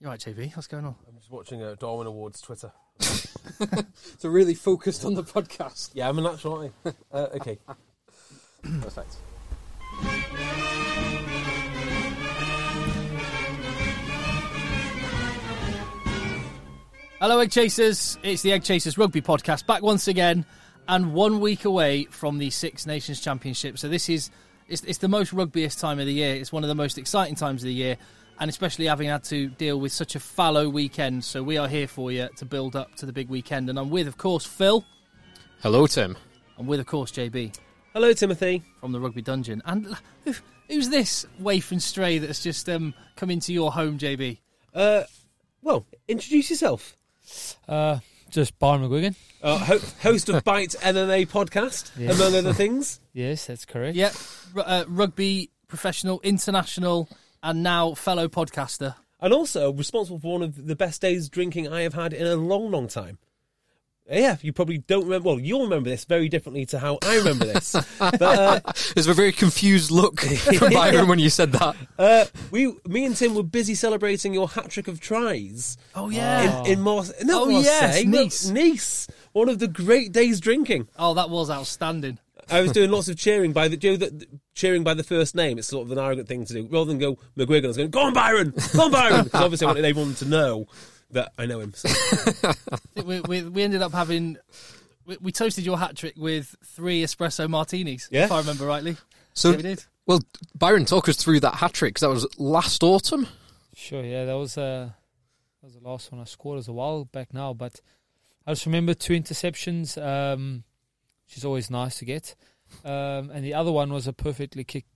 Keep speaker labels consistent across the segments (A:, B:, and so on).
A: You right, JB? What's going on?
B: I'm just watching uh, Darwin Awards Twitter.
C: So really focused on the podcast.
B: Yeah, I'm a natural. aren't I? Uh, okay. Perfect.
A: Hello, Egg Chasers. It's the Egg Chasers Rugby Podcast back once again, and one week away from the Six Nations Championship. So this is it's, it's the most rugbyist time of the year. It's one of the most exciting times of the year, and especially having had to deal with such a fallow weekend. So we are here for you to build up to the big weekend, and I'm with, of course, Phil.
D: Hello, Tim.
A: I'm with, of course, JB
E: Hello, Timothy.
A: from the Rugby Dungeon. And l- who- who's this waif and stray that's just um, come into your home, JB?
E: Uh, well, introduce yourself.
F: Uh, just Barn McGuigan.
E: Uh, ho- host of Bite MMA podcast,
F: Yes.
E: among other things.
F: Yes, that's correct.
A: Yep, r- uh, rugby professional, international, and now fellow podcaster.
E: And also responsible for one of the best days drinking I have had in a long, long time. Yeah, you probably don't remember. Well, you'll remember this very differently to how I remember this. but uh,
D: There's a very confused look from Byron when you said that.
E: uh, we, me and Tim were busy celebrating your hat trick of tries
A: Oh yeah.
E: in, in Mars. No,
A: Oh, yes, Nice.
E: Nice. One of the great days drinking.
A: oh, that was outstanding.
E: I was doing lots of cheering by the Joe that cheering by the first name. It's sort of an arrogant thing to do. Rather than go McGuigan, I was going, "Go on, Byron! Go on, Byron!" 'Cause obviously, I wanted everyone to know that I know him. So,
A: I think we, we, we ended up having we, we toasted your hat trick with three espresso martinis.
E: Yeah.
A: if I remember rightly.
D: So,
A: Yeah, we did.
D: well, Byron, talk us through that hat trick 'cause that was last autumn.
F: Sure. Yeah, that was uh, that was the last one I scored. It was a while back now, but I just remember two interceptions. Um, which is always nice to get. Um, and the other one was a perfectly kick,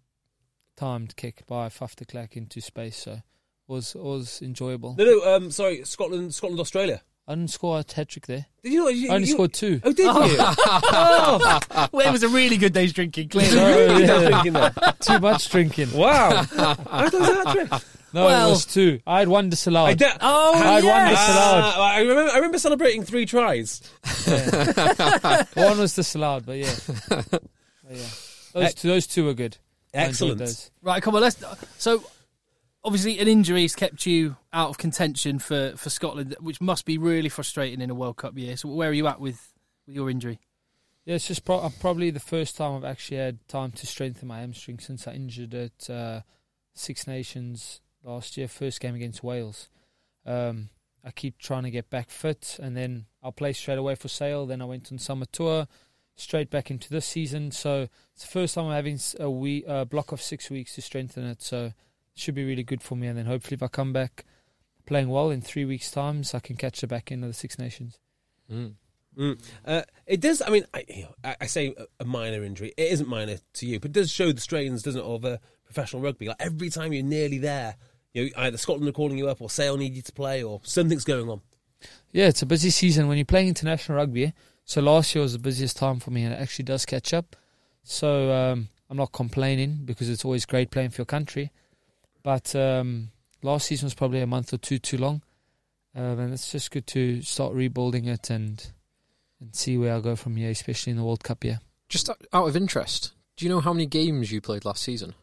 F: timed kick by Fafter Clack into space. So was was enjoyable.
E: no, no, um, sorry, Scotland, Scotland, Australia.
F: I didn't score a hat trick there.
E: Did you? Not, you
F: I only
E: you-
F: scored two.
E: Oh, did you? oh,
A: Well, it was a really good day's drinking. Clearly,
F: No,
E: really?
F: yeah,
E: I'm thinking that.
F: too much drinking.
E: Wow, I thought it was a hat trick.
F: No,
A: Well-
F: it was two. I had one disallowed.
E: I don't-
A: Oh,
E: I
F: had one yes. disallowed.
E: Ah, I remember. I remember celebrating three tries.
F: One was disallowed, but yeah. But yeah. Those, two, those two were good. I enjoyed
E: Excellent.
F: those.
A: right. Come on, let's. So, obviously, an injury has kept you out of contention for, for Scotland, which must be really frustrating in a World Cup year. So, where are you at with, with your injury?
F: Yeah, it's just pro- uh, probably the first time I've actually had time to strengthen my hamstring since I injured at uh, Six Nations last year, first game against Wales. Um, I keep trying to get back fit, and then I'll play straight away for Sale. Then I went on summer tour, straight back into this season. So it's the first time I'm having s- a wee a block of six weeks to strengthen it. So it should be really good for me. And then hopefully, if I come back playing well in three weeks' time, so I can catch the back end of the Six Nations.
E: Mm. Uh, it does. I mean, I, you know, I, I say a- a minor injury. It isn't minor to you, but it does show the strains, doesn't it, of uh, professional rugby? Like every time you're nearly there, you know, either Scotland are calling you up, or Sale need you to play, or something's going on.
F: Yeah, it's a busy season when you're playing international rugby. So last year was the busiest time for me, and it actually does catch up. So um, I'm not complaining because it's always great playing for your country. But um, last season was probably a month or two too long, um, and it's just good to start rebuilding it and and see where I go from here, especially in the World Cup year.
D: Just out out of interest, do you know how many games you played last season?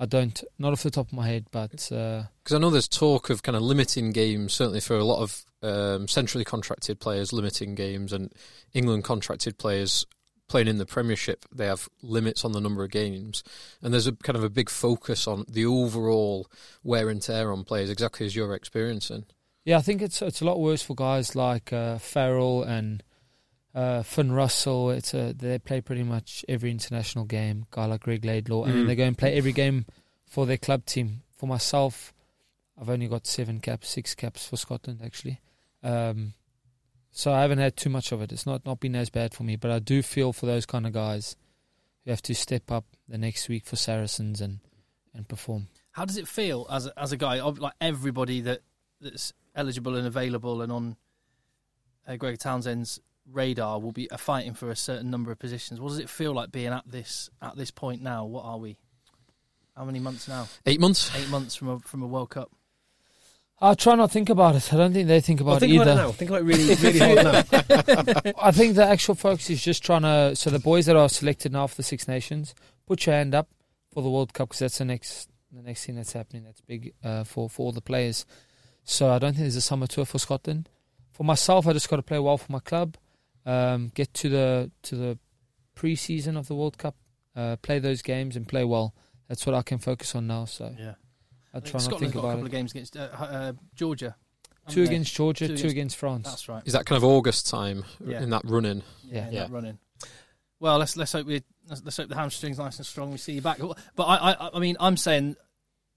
F: I don't, not off the top of my head, but uh,
D: Because I know there's talk of kind of limiting games, certainly for a lot of um, centrally contracted players, limiting games, and England contracted players playing in the Premiership, they have limits on the number of games. And there's a kind of a big focus on the overall wear and tear on players, exactly as you're experiencing.
F: Yeah, I think it's it's a lot worse for guys like uh, Farrell and uh, Finn Russell. It's a, they play pretty much every international game. Guy like Greg Laidlaw, and then
E: Mm.
F: they go and play every game for their club team. For myself, I've only got seven caps, six caps for Scotland actually. Um, so I haven't had too much of it. It's not not been as bad for me, but I do feel for those kind of guys who have to step up the next week for Saracens and and perform.
A: How does it feel as a, as a guy of like everybody that that's eligible and available and on uh, Greg Townsend's radar will be uh, fighting for a certain number of positions? What does it feel like being at this at this point now? What are we? How many months now?
D: Eight months.
A: Eight months from a from a World Cup.
F: I try not think about it. I don't think they think about
E: Well,
F: it
E: think
F: either.
E: about it now. Think about it really, really hard now.
F: I think the actual focus is just trying to. So the boys that are selected now for the Six Nations, put your hand up for the World Cup because that's the next the next thing that's happening. That's big uh, for for all the players. So I don't think there's a summer tour for Scotland. For myself, I just got to play well for my club, um, get to the to the pre-season of the World Cup, uh, play those games and play well. That's what I can focus on now. So
A: Yeah,
F: I
A: I
F: try
A: think
F: not to
A: Scotland's
F: think
A: got a
F: about
A: couple
F: it.
A: of games against uh, uh, Georgia. haven't
F: Two
A: they?
F: against Georgia,
A: Two
F: two,
A: against-
F: against France.
A: That's right.
D: Is that kind of August time
A: Yeah.
D: in that running?
F: Yeah.
A: in that
D: Yeah.
A: running. Well, let's let's hope we let's, let's hope the hamstring's nice and strong. We see you back. But I, I I mean I'm saying,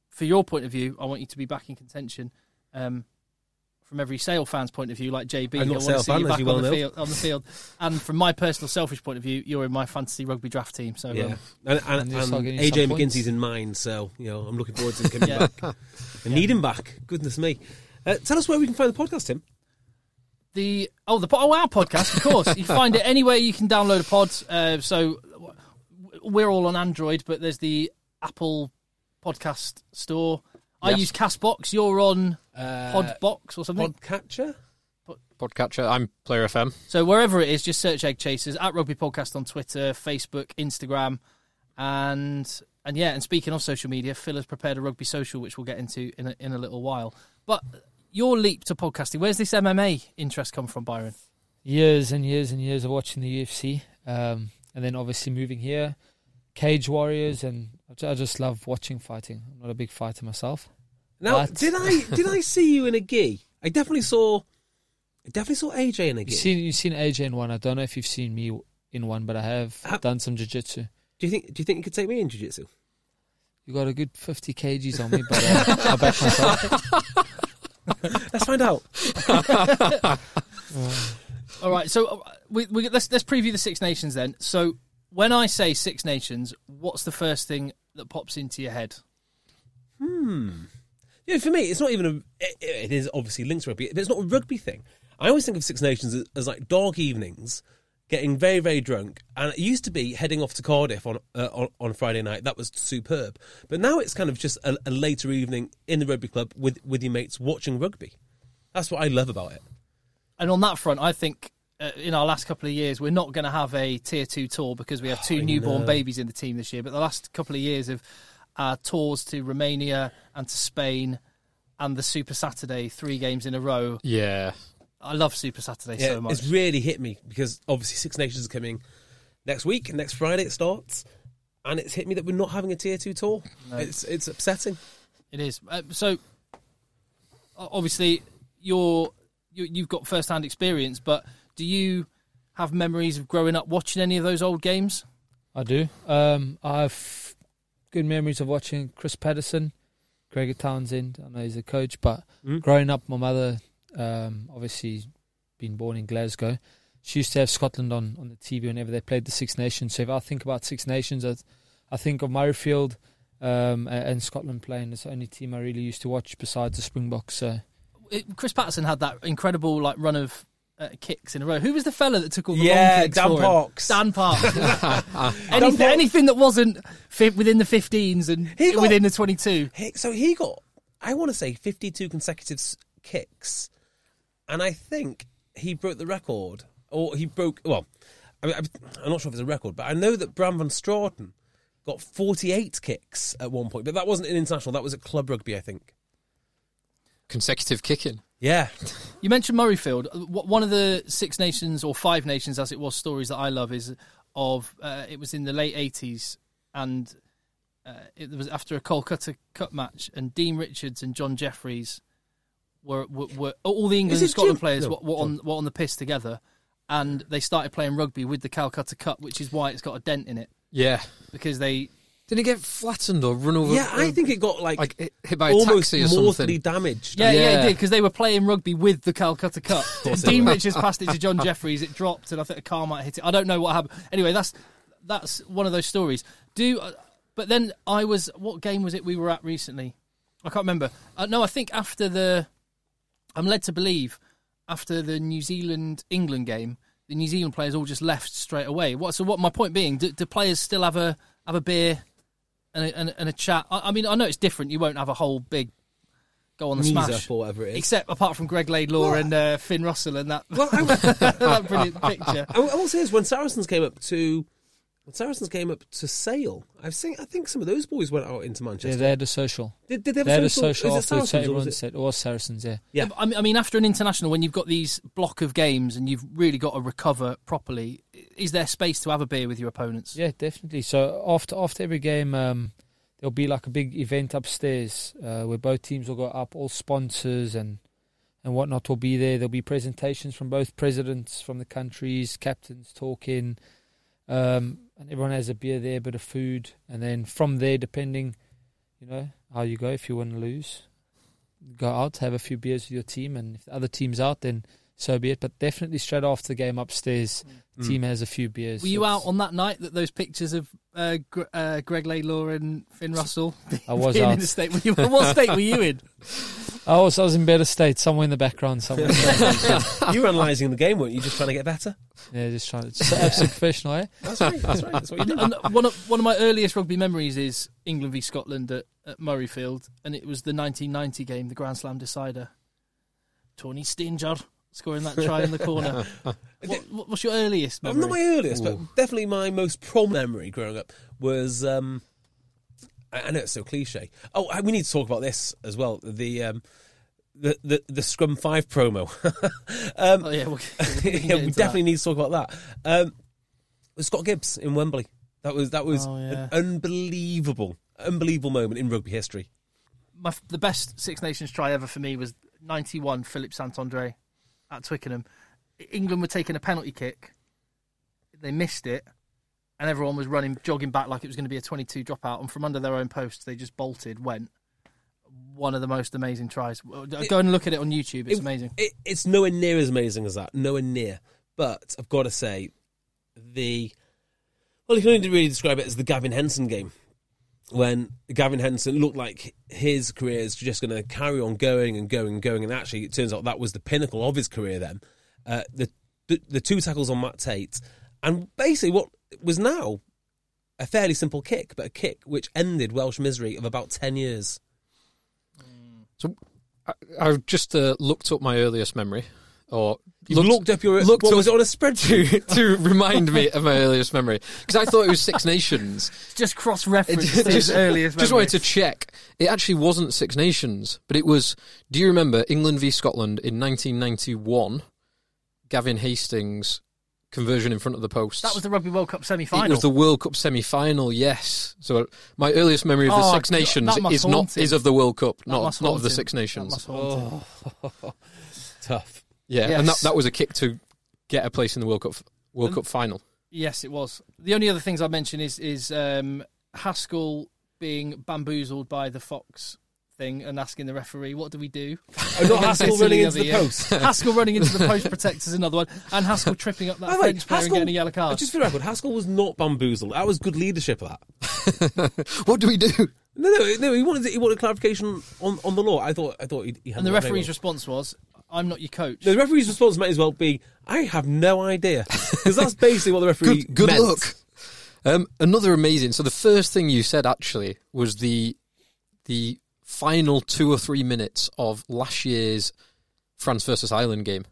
A: for your point of view, I want you to be back in contention. Um, from every Sale fan's point of view, like JB,
E: I'm
A: I
E: not
A: want
E: Sale
A: to see
E: fan,
A: you
E: as
A: back
E: you
A: on
E: well
A: the
E: know.
A: field. On the field, and from my personal selfish point of view, you're in my fantasy rugby draft team. So
E: Yeah,
A: um,
E: and,
F: And
E: and,
F: you'll
E: and,
F: start getting
E: AJ
F: some points.
E: McGinty's in mind, so you know I'm looking forward to him coming
A: Yeah.
E: back. I need him back. Goodness me! Uh, tell us where we can find the podcast, Tim.
A: the oh the po- oh our podcast of course you can find it anywhere you can download a pod uh, so w- we're all on android but there's the apple podcast store i
D: Yes.
A: use castbox you're on
E: Uh,
A: podbox or something
E: Podcatcher.
D: Podcatcher. I'm Player FM.
A: so wherever it is just search egg chasers at rugby podcast on twitter facebook instagram and and yeah and speaking of social media phil has prepared a rugby social which we'll get into in a, in a little while but your leap to podcasting where's this mma interest come from byron
F: years and years and years of watching the UFC, um, and then obviously moving here, Cage Warriors, and I ju- I just love watching fighting. I'm not a big fighter myself.
E: Now,
F: What?
E: did I did I see you in a gi? I definitely saw. I definitely saw AJ in a gi.
F: You've seen you've seen AJ in one. I don't know if you've seen me in one, but I have
E: How-
F: done some jiu-jitsu.
E: do you think Do you think you could take me in jiu-jitsu?
F: You got a good 50 kgs on me, but uh, I back myself.
E: Let's find out.
A: All right, so uh, we, we, let's let's preview the Six Nations then. So when I say Six Nations, what's the first thing that pops into your head?
E: Yeah, for me, it's not even a. It, it is obviously linked to rugby, but it's not a rugby thing. I always think of Six Nations as, as like dark evenings, getting very, very drunk. And it used to be heading off to Cardiff on uh, on, on Friday night. That was superb. But now it's kind of just a, a later evening in the rugby club with, with your mates watching rugby. That's what I love about it.
A: And on that front, I think uh, in our last couple of years, we're not going to have a tier two tour because we have
E: Oh,
A: two newborn babies in the team this year. But the last couple of years of our tours to Romania and to Spain and the Super Saturday, three games in a row.
D: Yeah.
A: I love Super Saturday
E: Yeah,
A: so much.
E: it's really hit me because obviously Six Nations is coming next week. Next Friday it starts, and it's hit me that we're not having a tier two tour. It's it's upsetting.
A: It is. Uh, so, o- obviously, you're you, you've got first-hand experience, but do you have memories of growing up watching any of those old games?
F: I do. Um, I've good memories of watching Chris Patterson, Gregor Townsend. I know he's a coach, but
E: Mm-hmm.
F: growing up, my mother, um, obviously being born in Glasgow, she used to have Scotland on, on the TV whenever they played the Six Nations. So if I think about Six Nations, I, I think of Murrayfield um, a- and Scotland playing. It's the only team I really used to watch besides the Springboks. So
A: It, Chris Patterson had that incredible like run of uh, kicks in a row. Who was the fella that took all the long
E: Yeah,
A: kicks
E: Dan
A: for him?
E: Parks.
A: Dan Parks. anything,
E: Parks.
A: anything that wasn't fit within the 15s and
E: He got-
A: within the 22.
E: He, so he got, I want to say, 52 consecutive s- kicks, and I think he broke the record, or he broke. Well, I mean, I'm- I'm not sure if it's a record, but I know that Bram van Straten got 48 kicks at one point, but that wasn't in international. That was at club rugby, I think.
D: Consecutive kicking.
E: Yeah,
A: You mentioned Murrayfield. Uh, wh- One of the Six Nations or Five Nations, as it was, stories that I love is of uh, it was in the late eighties, and uh, it was after a Kolkata Cup match, and Dean Richards and John Jeffries were, were, were all the England
E: Is
A: and
E: it
A: Scotland
E: June?
A: players
E: No,
A: were, were on were on the piss together, and they started playing rugby with the Calcutta Cup, which is why it's got a dent in it
D: Yeah.
A: because they
D: Didn't it get flattened or run over?
E: yeah, I
D: uh,
E: think it got like,
D: like hit- hit by a
E: almost
D: taxi or
E: mortally
D: something.
E: damaged.
A: yeah yeah,
D: Yeah.
A: it did because they were playing rugby with the Calcutta Cup.
E: course they
A: Dean
E: were.
A: Richards passed it to John Jeffries, it dropped, and I think a car might hit it. I don't know what happened. Anyway, that's that's one of those stories. Do uh, but then I was what game was it we were at recently? I can't remember. Uh, no, I think after the I'm led to believe after the New Zealand England game, the New Zealand players all just left straight away. What? So what? My point being, do, do players still have a have a beer and a, and, a- and a chat? I, I mean, I know it's different. You won't have a whole big go on the
E: Knees
A: smash,
E: up or whatever it is.
A: except apart from Greg Laidlaw and uh, Finn Russell and that,
E: Well, I,
A: that brilliant picture.
E: I, I will say is when Saracens came up to when Saracens came up to Sale, I've seen. I think some of those boys went out into
F: Yeah,
E: Manchester.
F: they had a social.
E: did, did they have
F: They had
E: a
F: a
E: social?
F: social
E: Was it
F: afterwards. so
E: Saracens? Or was
F: Everyone
E: it,
F: said, "Or Saracens." Yeah.
E: yeah,
A: I mean, I mean, after an international, when you've got these block of games and you've really got to recover properly, i- is there space to have a beer with your opponents?
F: Yeah, definitely. So after after every game, um, there'll be like a big event upstairs uh, where both teams will go up. All sponsors and and whatnot will be there. There'll be presentations from both presidents from the countries, captains talking, um, and everyone has a beer there, a bit of food, and then from there, depending, you know, how you go, if you win or lose, go out have a few beers with your team, and if the other team's out, then so be it. But definitely straight after the game upstairs,
E: Hmm. Mm.
F: the team has a few beers.
A: Were you
F: It's-
A: out on that night that those pictures of uh, Gr- uh, Greg Laidlaw and Finn Russell?
F: I was
A: being
F: out.
A: in the state. Were you, what state were you in?
F: I was, Oh, I was in better state, somewhere in the background, somewhere.
E: you were analysing the game, weren't you? Just trying to get better.
F: yeah, just trying to just absolute professional, eh?
E: That's right. That's right. That's what you did.
A: and one of one of my earliest rugby memories is England v Scotland at, at Murrayfield, and it was the 1990 game, the Grand Slam decider. Tony Stinger scoring that try in the corner. what, what- what's your earliest memory?
E: Not my earliest, but definitely my most pro memory growing up was. Um, I I know it's so cliche. Oh, I- we need to talk about this as well. The um, the, the the Scrum Five promo. um,
A: oh yeah, we'll, we can
E: yeah,
A: get
E: we
A: into
E: definitely need to talk about that. Um, Scott Gibbs in Wembley. That was that was
A: Oh, yeah.
E: an unbelievable, unbelievable moment in rugby history.
A: that. My, f- the best Six Nations try ever for me was 91 Philip Santandre at Twickenham. England were taking a penalty kick. They missed it, and everyone was running, jogging back like it was going to be a 22 dropout. And from under their own posts, they just bolted, went. One of the most amazing tries. Well, Go and look at it on YouTube. It's
E: It-
A: amazing.
E: It, it's nowhere near as amazing as that. Nowhere near. But I've got to say, the well, you can only really describe it as the Gavin Henson game. When Gavin Henson looked like his career is just going to carry on going and going and going, and actually it turns out that was the pinnacle of his career. Then uh, the, the the two tackles on Matt Tate, and basically what was now a fairly simple kick, but a kick which ended Welsh misery of about ten years.
D: So I, I just uh, looked up my earliest memory, or
E: You looked, up your
D: looked
E: what
D: up-
E: was it on a spreadsheet?
D: to, to remind me of my earliest memory because I thought it was Six Nations.
A: Just cross
D: It-
A: reference his earliest
D: just wanted to check. It actually wasn't Six Nations, but it was. Do you remember England v Scotland in 1991? Gavin Hastings conversion in front of the post.
A: That was the Rugby World Cup semi
D: It
A: final.
D: was the World Cup semi-final. Yes. So my earliest memory of the
A: Oh,
D: Six
A: God,
D: Nations
A: that must
D: is not
A: haunt him.
D: is of the World Cup,
A: That
D: not
A: must
D: not
A: haunt
D: of the
A: him.
D: Six Nations. Oh.
E: Tough.
D: Yeah, and that,
A: Yes.
D: that was a kick to get a place in the World Cup World Cup final.
A: Yes, it was. The only other things I mention is is um, Haskell being bamboozled by the fox thing and asking the referee, "What do we do?"
E: Oh, not Haskell
A: Italy
E: running
A: the
E: into
A: other
E: the
A: year.
E: post.
A: Haskell running into the post protects is another one, and Haskell tripping up that
E: By the way,
A: French player and getting a yellow card.
E: Just for the record, Haskell was not bamboozled. That was good leadership. That.
D: What do we do?
E: No, no, no. He wanted he wanted clarification on, on the law. I thought I thought he, he
A: And the referee's response was, "I'm not your coach."
E: the referee's response might as well be, "I have no idea," because that's basically what the referee.
D: Good, good
E: meant.
D: luck. Um, another amazing. So the first thing you said actually was the the final two or three minutes of last year's France versus Ireland game,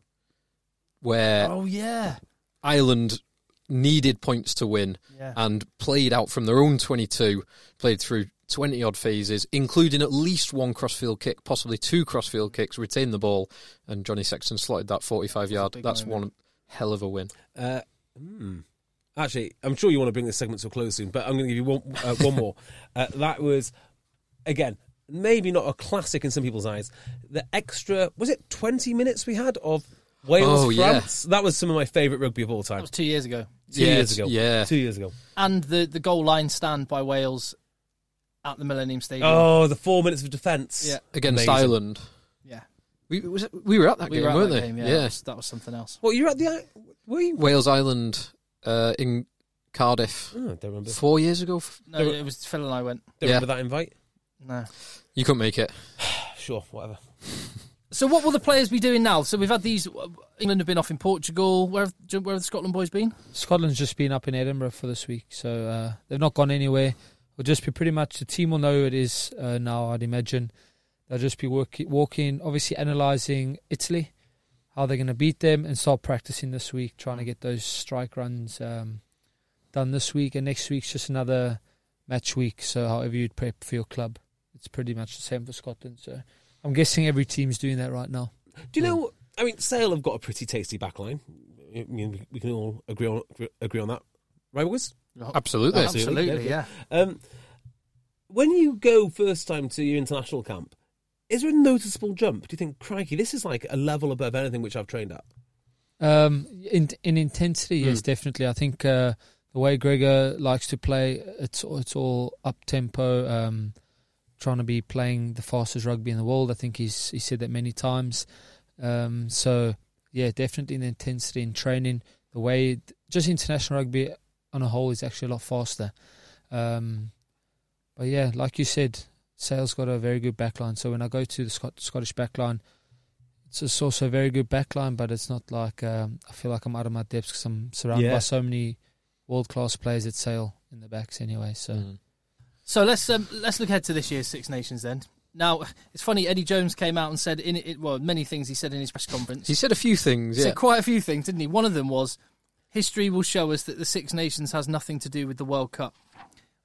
D: where
A: oh yeah,
D: Ireland needed points to win
A: Yeah.
D: and played out from their own 22, played through 20 odd phases, including at least one crossfield kick, possibly two crossfield kicks, retained the ball, and Johnny Sexton slotted that 45 yard.
A: big
D: That's
A: moment.
D: one hell of a win.
E: Uh, hmm. Actually, I'm sure you want to bring this segment to a close soon, but I'm going to give you one uh, one more. Uh, that was again maybe not a classic in some people's eyes. The extra was it twenty minutes we had of Wales
D: Oh, yeah.
E: France. That was some of my favourite rugby of all
A: That
E: time.
A: was two years ago.
E: Two
D: Yeah,
E: years
D: it's-
E: ago.
D: yeah.
E: two years ago.
A: And the, the goal line stand by Wales at the Millennium Stadium.
E: Oh, the four minutes of defence.
A: Yeah.
D: against
E: Amazing.
D: Ireland.
A: Yeah.
D: We was it- we were at that
A: we
D: game,
A: were at
D: weren't
A: that
D: they?
A: game, yeah. That, was, that was something else.
E: Well, you're at the. Were you?
D: Wales Island uh, in Cardiff
E: Oh, I don't remember.
D: four years ago. F-
A: No,
E: They were-
A: it was Phil and I went.
E: Don't
D: Yeah.
E: remember that invite.
A: No.
D: You couldn't make it.
E: Sure, whatever.
A: So what will the players be doing now? So we've had these. uh, England have been off in Portugal. Where have, where have the Scotland boys been?
F: Scotland's just been up in Edinburgh for this week, so uh, they've not gone anywhere. It'll just be pretty much the team will know who it is uh, now. I'd imagine they'll just be work- walking, obviously analysing Italy, how they're going to beat them, and start practicing this week, trying to get those strike runs um, done this week. And next week's just another match week. So however you'd prep for your club, it's pretty much the same for Scotland. So I'm guessing every team's doing that right now.
E: Do you know? I mean, Sale have got a pretty tasty backline. I mean, we- we can all agree on agree on that, right, boys?
D: Absolutely.
E: Absolutely.
A: yeah.
E: Um, when you go first time to your international camp, is there a noticeable jump? Do you think, crikey, this is like a level above anything which I've trained at?
F: Um, in in intensity, yes,
D: Mm.
F: definitely. I think uh, the way Gregor likes to play, it's it's all up tempo. Um, trying to be playing the fastest rugby in the world. I think he's he said that many times. Um, so yeah, definitely in intensity in training, the way just international rugby on a whole is actually a lot faster. Um, but yeah, like you said, Sale's got a very good backline. So when I go to the Scot- Scottish backline, it's, it's also a very good backline, but it's not like um, I feel like I'm out of my depth because I'm surrounded
E: Yeah.
F: by so many world class players at Sale in the backs anyway. So
D: Mm.
A: So let's um, let's look ahead to this year's Six Nations then. Now it's funny Eddie Jones came out and said in it well many things he said in his press conference.
D: He said a few things.
A: He
D: Yeah.
A: said quite a few things, didn't he? One of them was history will show us that the Six Nations has nothing to do with the World Cup,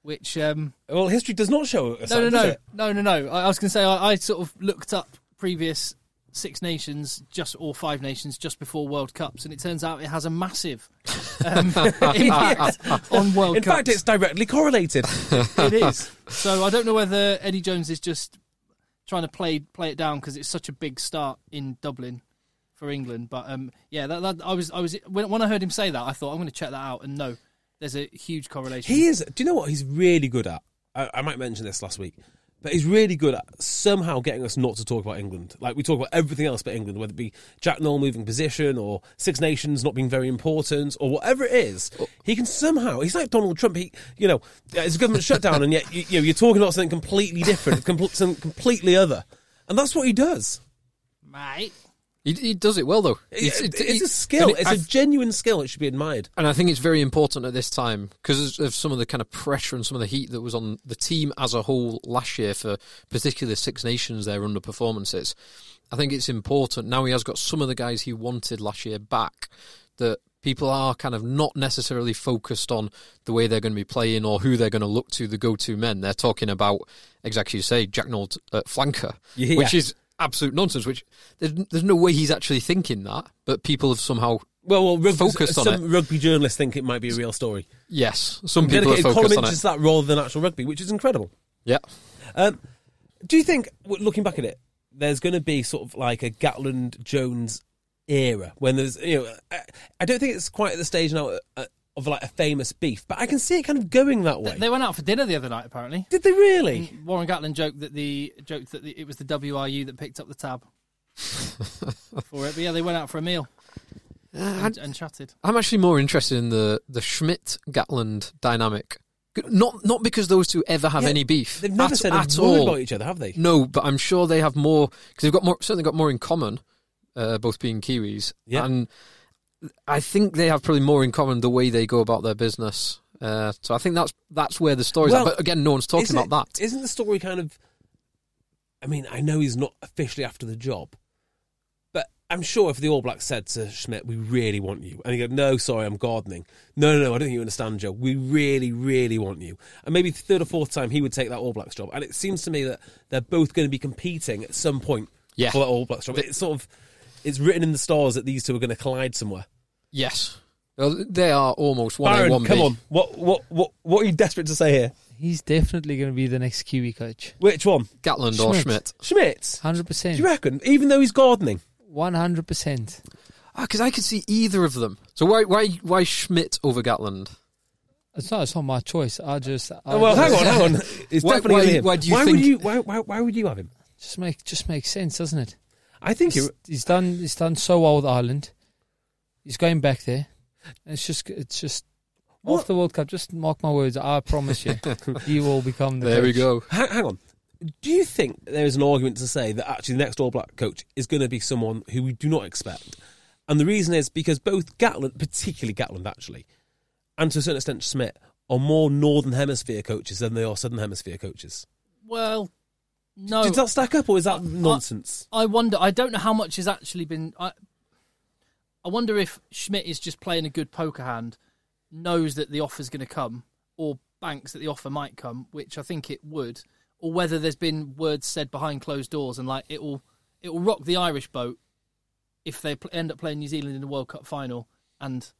A: which um,
E: Well, history does not show. us
A: no,
E: that,
A: no,
E: does
A: no,
E: it?
A: no, no, no. I, I was going to say I, I sort of looked up previous Six Nations, just or Five Nations, just before World Cups, and it turns out it has a massive um, impact on World
E: In
A: Cups.
E: fact, it's directly correlated.
A: it is. So I don't know whether Eddie Jones is just trying to play play it down because it's such a big start in Dublin for England. But um, yeah, that, that I was I was when, when I heard him say that, I thought I'm going to check that out, and no, there's a huge correlation.
E: He is. Do you know what he's really good at? I, I might mention this last week, but he's really good at somehow getting us not to talk about England. Like we talk about everything else but England, whether it be Jack Noel moving position or Six Nations not being very important or whatever it is. He can somehow. He's like Donald Trump. He, you know, it's a government shutdown, and yet you, you know, you're talking about something completely different, com- something completely other, and that's what he does.
A: Mate,
D: He, he does it well though.
E: It's,
D: It- it-
E: it's
D: it-
E: a skill.
D: and it-
E: It's
D: I-
E: a genuine skill. It should be admired.
D: and I think it's very important at this time because of some of the kind of pressure and some of the heat that was on the team as a whole last year for particular Six Nations their underperformances. I think it's important now he has got some of the guys he wanted last year back that people are kind of not necessarily focused on the way they're going to be playing or who they're going to look to the go-to men. They're talking about exactly you say Jack Nolt uh, flanker,
E: Yeah.
D: which is absolute nonsense. Which there's, there's no way he's actually thinking that, but people have somehow
E: Well, well, rugby,
D: Focused on
E: some rugby journalists think it might be a real story.
D: Yes, some people are
E: dedicated
D: focused
E: column
D: on
E: into
D: it.
E: that rather than actual rugby, which is incredible.
D: Yeah,
E: Um, do you think, w- looking back at it, there's going to be sort of like a Gatland Jones era when there's you know I, I don't think it's quite at the stage now uh, of like a famous beef, but I can see it kind of going that way.
A: they went out for dinner the other night apparently.
E: Did they
D: Mm.
E: really?
A: Warren Gatlin joked that the joked that the, it was the WRU that picked up the tab for it. But yeah, they went out for a meal and, and chatted.
D: Uh, I'm actually more interested in the the Schmidt Gatland dynamic. G- Not not because those two ever have
E: Yeah,
D: any beef.
E: They've never
D: at,
E: said
D: at
E: a word
D: all.
E: about each other, have they?
D: No, but I'm sure they have more because they've got more certainly got more in common, uh, both being Kiwis.
E: Yeah.
D: and I think they have probably more in common the way they go about their business. Uh, so I think that's that's where the story's
E: Well,
D: at. But again, no one's talking
E: Isn't
D: about that.
E: it- Isn't the story kind of? I mean, I know he's not officially after the job, but I'm sure if the All Blacks said to Schmidt, "We really want you," and he goes, "No, sorry, I'm gardening." No, no, no, I don't think you understand, Joe. We really, really want you. And maybe the third or fourth time he would take that All Blacks job. And it seems to me that they're both going to be competing at some point
D: Yeah.
E: for that All Blacks job. It's sort of it's written in the stars that these two are going to collide somewhere.
D: Yes, Well, they are almost one A
E: Byron,
D: one B.
E: come on, what, what, what, what are you desperate to say here?
F: He's definitely going to be the next Kiwi coach.
E: Which one?
D: Gatland or
F: Schmidt.
D: Schmidt?
E: Schmidt. Do
F: Hundred percent.
E: you reckon? Even though he's gardening,
F: One hundred percent.
D: Ah, because I could see either of them. So why why why Schmidt over Gatland?
F: It's not. It's not my choice. I just. I
E: Oh, well, hang on, hang on. It's
D: Why-
E: definitely
D: why-
E: him.
D: why do you
E: why
D: think-
E: Would you, why, why, why would you have him?
F: Just make. Just makes sense, doesn't it?
E: I think
F: He's,
E: you.
F: he's done. He's done so well with Ireland. He's going back there. It's just. It's just.
E: What?
F: After the World Cup, just mark my words. I promise you, he will become the.
D: There we
F: coach.
D: go.
E: Hang, hang on. Do you think there is an argument to say that actually the next All Black coach is going to be someone who we do not expect? And the reason is because both Gatland, particularly Gatland, actually, and to a certain extent Schmidt, are more Northern Hemisphere coaches than they are Southern Hemisphere coaches.
A: Well, no.
E: Does that stack up, or is that
A: Uh,
E: nonsense?
A: I wonder. I don't know how much has actually been. I, I wonder if Schmidt is just playing a good poker hand, knows that the offer's going to come, or banks that the offer might come, which I think it would, or whether there's been words said behind closed doors and like it will, it will rock the Irish boat if they pl- end up playing New Zealand in the World Cup final and.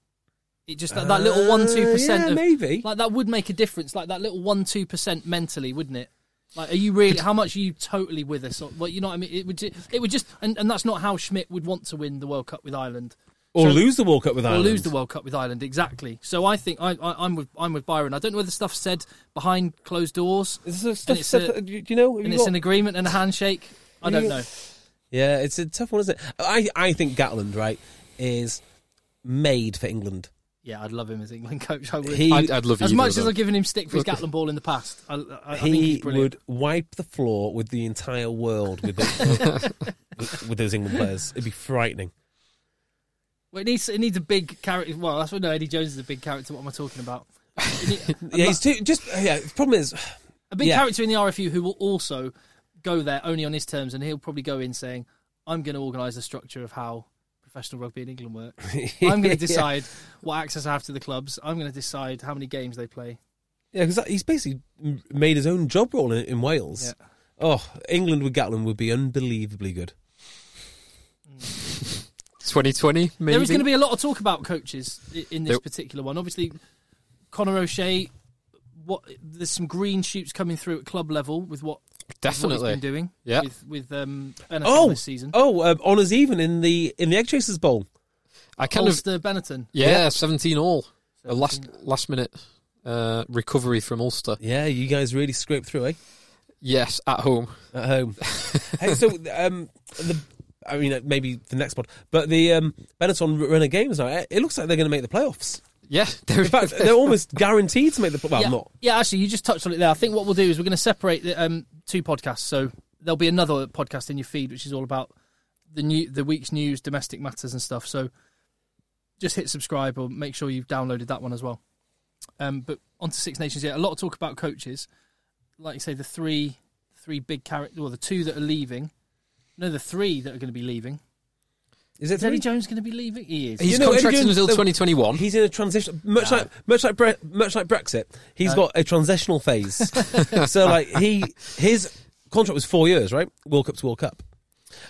A: It just that, that little
E: Uh,
A: one two
E: yeah,
A: percent of
E: maybe.
A: like that would make a difference. Like that little one two percent mentally, wouldn't it? Like, are you really? How much are you totally with us? Or, well, you know what I mean. It would. ju- It would just. And, and that's not how Schmidt would want to win the World Cup with Ireland.
E: Or
A: So-
E: lose the World Cup with
A: uh, Or
E: Ireland?
A: lose the World Cup with Ireland. Exactly. So I think I, I, I'm with I'm with Byron. I don't know whether stuff said behind closed doors.
E: Is there
A: and
E: stuff
A: it's,
E: said-
A: a-
E: do you know? have
A: and
E: you
A: it's
E: got-
A: an agreement and a handshake. I don't know.
E: Yeah, it's a tough one, isn't it? I, I think Gatland, right, is made for England.
A: Yeah, I'd love him as England coach. I would.
E: He,
D: I'd, I'd love
A: as
D: either
A: much
D: of
A: as
D: them.
A: I've given him stick for his Gatlin ball in the past, I, I, I think he's
E: he
A: brilliant.
E: would wipe the floor with the entire world with, the, with, with those England players. It'd be frightening.
A: Well, it needs it needs a big character. Well, that's what no Eddie Jones is a big character. What am I talking about? It need-
E: Yeah, he's too. Just yeah. The problem is,
A: a big
E: yeah.
A: character in the RFU who will also go there only on his terms, and he'll probably go in saying, "I'm going to organise the structure of how professional rugby in England works. I'm going to decide what access I have to the clubs. I'm going to decide how many games they play."
E: yeah, because he's basically m- made his own job role in, in Wales.
A: Yeah.
E: Oh, England with Gatlin would be unbelievably good.
D: 2020, maybe.
A: There is going to be a lot of talk about coaches i- in this
D: There-
A: particular one. Obviously, Conor O'Shea. What there's some green shoots coming through at club level with what, with what he's
D: Definitely.
A: been doing
D: Yeah.
A: with with um, Benetton
E: Oh,
A: this season.
E: oh, um, honours even in the in the Egg Chasers Bowl.
D: I kind of
A: Ulster Benetton.
D: yeah, 17 all. A last last minute uh, recovery from Ulster.
E: Yeah, you guys really scraped through, eh?
D: Yes, at home.
E: at home. hey, so um, the, I mean, uh, maybe the next pod, but the um, Benetton r- runner games now. eh, It looks like they're going to make the playoffs.
D: Yeah, there
E: In
D: is.
E: fact, they're almost guaranteed to make the pl- well,
A: yeah,
E: not.
A: yeah, actually, you just touched on it there. I think what we'll do is we're going to separate the um, two podcasts. So there'll be another podcast in your feed, which is all about the new the week's news, domestic matters, and stuff. So just hit subscribe or make sure you've downloaded that one as well. Um, but onto Six Nations. Yeah, a lot of talk about coaches. Like you say, the three three big characters, or the two that are leaving. No, the three that are going to be leaving.
E: Is it
A: Is Eddie
E: three?
A: Jones going to be leaving? He is.
D: He's
E: You know,
D: contracted
E: Eddie Jones-
D: until
E: they-
D: 2021.
E: He's in a transition, much like much like Bre- much like Brexit. He's got a transitional phase. so, like he his contract was four years, right? World Cup to World Cup,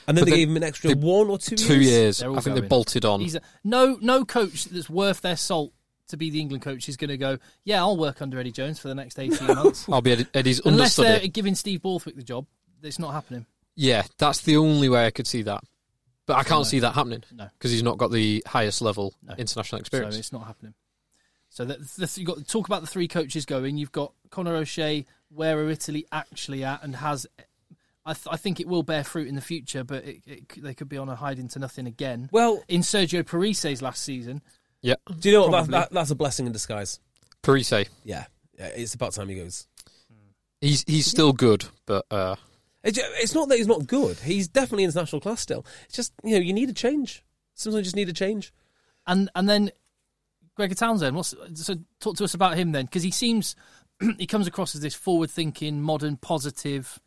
E: and then
D: But
E: they,
D: they-
E: gave him an extra
D: they-
E: one or two,
D: Two years.
A: They're all
D: I think they
A: going.
D: bolted on.
A: He's a, no no coach that's worth their salt to be the England coach is going to go. Yeah, I'll work under Eddie Jones for the next eighteen months.
D: I'll be Eddie- Eddie's
A: Unless
D: understudy.
A: they're giving Steve Borthwick the job, it's not happening.
D: Yeah, that's the only way I could see that. But I can't see that happening.
A: No.
D: Because he's not got the highest level
A: No.
D: international experience.
A: So it's not happening. So that, that you got talk about the three coaches going. You've got Conor O'Shea. Where are Italy actually at? And has I, th- I think it will bear fruit in the future, but it, it, c- they could be on a hide into nothing again.
E: Well,
A: in Sergio Parise's last season,
D: yeah.
E: do you know what? That,
A: Probably.
E: that, that's a blessing in disguise.
D: Parise.
E: Yeah, Yeah, it's about time he goes.
D: He's he's still good, but uh,
E: It's, it's not that he's not good. He's definitely international class still. It's just you know you need a change. Sometimes you just need a change.
A: and and then Gregor Townsend. What's, so talk to us about him then, because he seems he comes across as this forward-thinking, modern, positive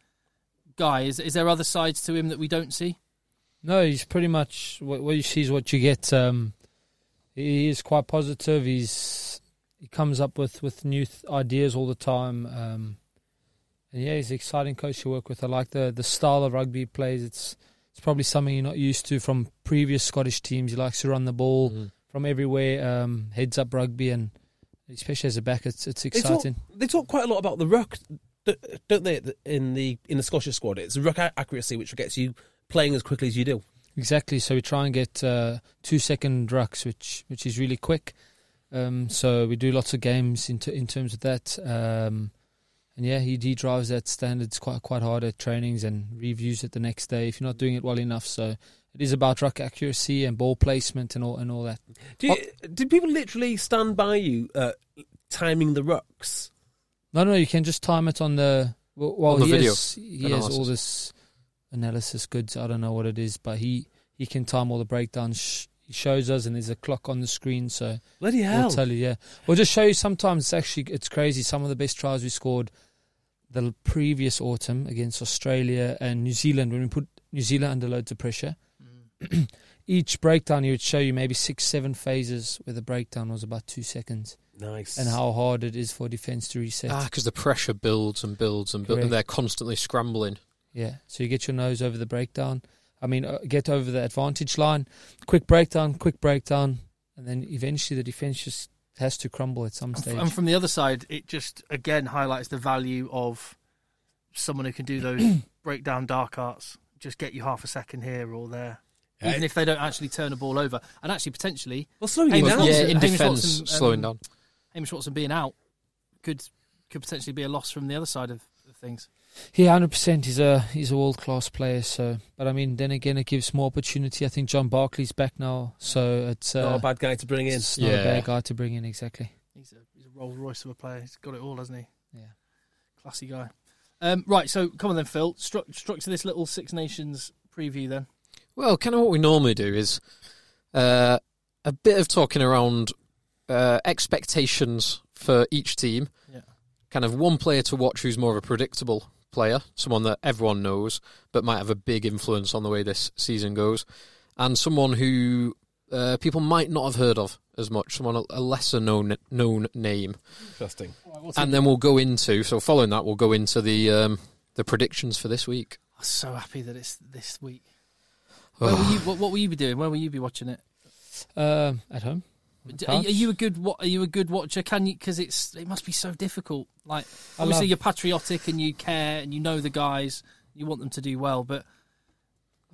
A: guy. Is is there other sides to him that we don't see?
F: No, he's pretty much what, what you see is what you get. Um, he is quite positive. He's he comes up with with new th- ideas all the time. Um, and yeah, he's an exciting coach to work with. I like the the style of rugby he plays. It's it's probably something you're not used to from previous Scottish teams. He likes to run the ball from everywhere, um, heads up rugby, and especially as a back. It's it's
E: They talk,
F: exciting.
E: they talk quite a lot about the ruck, d- don't they? In the in the Scottish squad, it's ruck ac- accuracy which gets you playing as quickly as you do.
F: Exactly. So we try and get uh, two second rucks, which which is really quick. Um, so we do lots of games in, t- in terms of that. Um, and yeah, he, he drives that standards quite quite hard at trainings and reviews it the next day if you're not doing it well enough. So it is about ruck accuracy and ball placement and all and all that.
E: Do you, did people literally stand by you uh, timing the rucks?
F: No, no, you can just time it on the well. well
D: On the
F: he
D: video
F: has, he has all this analysis goods. I don't know what it is, but he he can time all the breakdowns. Sh- he shows us, and there's a clock on the screen, so
E: Bloody
F: we'll
E: hell!
F: tell you. Yeah, we'll just show you. Sometimes it's actually it's crazy. Some of the best tries we scored the l- previous autumn against Australia and New Zealand when we put New Zealand under loads of pressure. Each breakdown, he would show you maybe six, seven phases where the breakdown was about two seconds,
E: nice.
F: and how hard it is for defense to reset.
D: Ah, because the pressure builds and builds and builds,
F: Correct.
D: and they're constantly scrambling.
F: Yeah. So you get your nose over the breakdown. I mean, uh, get over the advantage line. Quick breakdown, quick breakdown, and then eventually the defense just has to crumble at some
A: And f-
F: stage.
A: And from the other side, it just again highlights the value of someone who can do those breakdown dark arts. Just get you half a second here or there,
E: Yeah.
A: even if they don't actually turn a ball over. And actually, potentially,
E: well, slowing
A: Hey,
E: you
A: now-
E: down.
A: Watson-
D: yeah, in
A: Hamish
D: defence,
A: Watson, um,
D: slowing down.
A: Hamish Watson being out could could potentially be a loss from the other side of, of things.
F: Yeah, hundred percent. He's a he's a world class player. So, but I mean, then again, it gives more opportunity. I think John Barkley's back now, so it's uh,
E: Not a Oh, bad guy to bring in.
F: it's not
D: Yeah.
F: a bad guy to bring in exactly.
A: He's a, he's a Rolls Royce of a player. He's got it all, hasn't he?
F: Yeah.
A: Classy guy. Um, right, so come on then, Phil. Struck, struck to this little Six Nations preview then.
D: Well, kind of what we normally do is uh, a bit of talking around uh, expectations for each team.
A: Yeah.
D: Kind of one player to watch who's more of a predictable player, someone that everyone knows but might have a big influence on the way this season goes, and someone who uh, people might not have heard of as much, someone a- a lesser known known name.
E: Interesting.
D: And then we'll go into so following that we'll go into the um, the predictions for this week.
A: I'm so happy that it's this week. Where
D: Oh,
A: will you, what, what will you be doing? Where will you be watching it?
F: Um, at home,
A: D- Are, are you a good wa- are you a good watcher? Can you because it's it must be so difficult. Like
F: I
A: obviously
F: love-
A: you're patriotic and you care and you know the guys. You want them to do well, but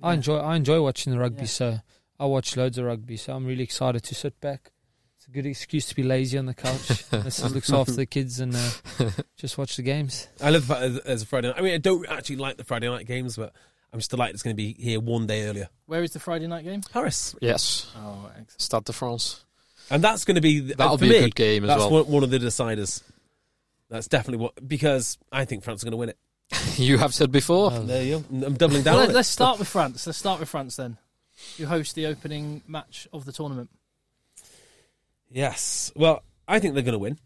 F: I enjoy I enjoy watching the rugby,
A: Yeah.
F: so I watch loads of rugby. So I'm really excited to sit back. It's a good excuse to be lazy on the couch. Mrs. looks after the kids and uh, just watch the games.
E: I love the fact that there's a Friday night. I mean, I don't actually like the Friday night games, but I'm just delighted it's going to be here one day earlier.
A: where is the Friday night game?
E: Paris,
D: Yes,
A: Oh, excellent.
D: Stade de France.
E: and that's going to be the-
D: That'll
E: for
D: be
E: me,
D: a good game as
E: that's
D: well.
E: one, one of the deciders. That's definitely what because I think France are going to win it.
D: you have said before.
E: There you go. I'm doubling down.
A: Well,
E: on
A: let,
E: it.
A: let's start with France. Let's start with France then. You host the opening match of the tournament.
E: Yes. Well, I think they're going to win.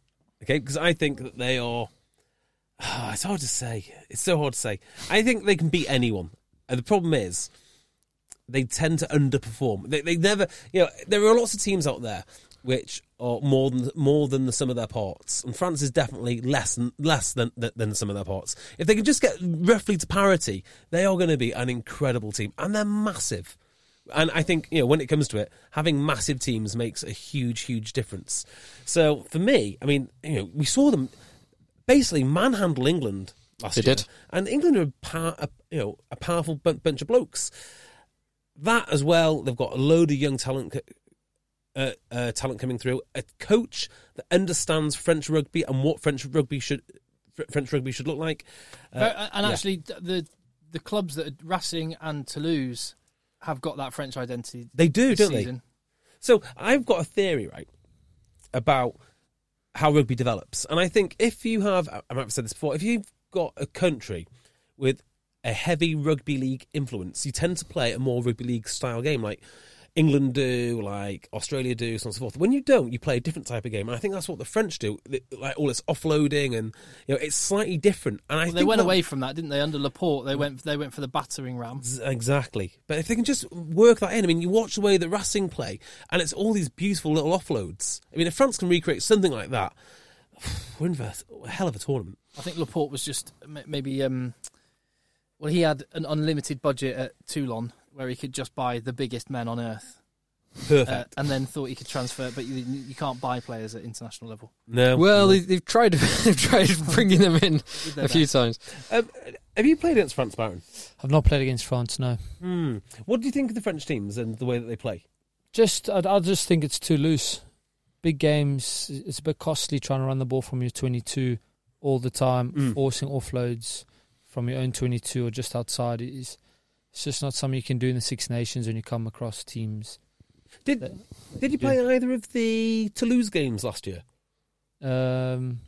E: Okay, because I think that they are. Ah, it's hard to say. It's so hard to say. I think they can beat anyone. And the problem is, they tend to underperform. They, they never. You know, there are lots of teams out there which are more than more than the sum of their parts, and France is definitely less than less than than, than the sum of their parts. If they can just get roughly to parity, they are going to be an incredible team, and they're massive. And I think you know when it comes to it, having massive teams makes a huge, huge difference. So for me, I mean, you know, we saw them basically manhandle England last
D: They
E: year,
D: did.
E: and England are a, par- a you know a powerful b- bunch of blokes. That as well, they've got a load of young talent. c- Uh, uh, talent coming through, a coach that understands French rugby and what French rugby should Fr- French rugby should look like.
A: Ver- uh, and
E: Uh, yeah.
A: actually, th- the the clubs that are Racing and Toulouse have got that French identity.
E: They do,
A: this
E: don't they?
A: season.
E: So I've got a theory, right, about how rugby develops. And I think if you have, I might have said this before, if you've got a country with a heavy rugby league influence, you tend to play a more rugby league style game, like England do, like Australia do, so on and so forth. When you don't, you play a different type of game. And I think that's what the French do, th- like all this offloading and, you know, it's slightly different. And I
A: Well,
E: think
A: they went
E: that-
A: away from that, didn't they? Under Laporte, they went they went for the battering ram.
E: Z- Exactly. But if they can just work that in, I mean, you watch the way that Racing play, and it's all these beautiful little offloads. I mean, if France can recreate something like that, we're in for a hell of a tournament.
A: I think Laporte was just m- maybe. Um, well, he had an unlimited budget at Toulon, where he could just buy the biggest men on earth, uh,
E: Perfect.
A: and then thought he could transfer, but you, you can't buy players at international level.
E: no.
D: Well, they, they've tried. they've tried bringing them in
A: Did their
D: a few
A: best.
D: times.
E: Um, have you played against France, Baron?
F: I've not played against France, no.
E: Hmm. What do you think of the French teams and the way that they play?
F: Just, I, I just think it's too loose. Big games, it's a bit costly trying to run the ball from your 22 all the time,
E: Mm.
F: forcing offloads from your own 22 or just outside. It is, it's just not something you can do in the Six Nations when you come across teams.
E: Did did you play either of the Toulouse games last year?
F: Um,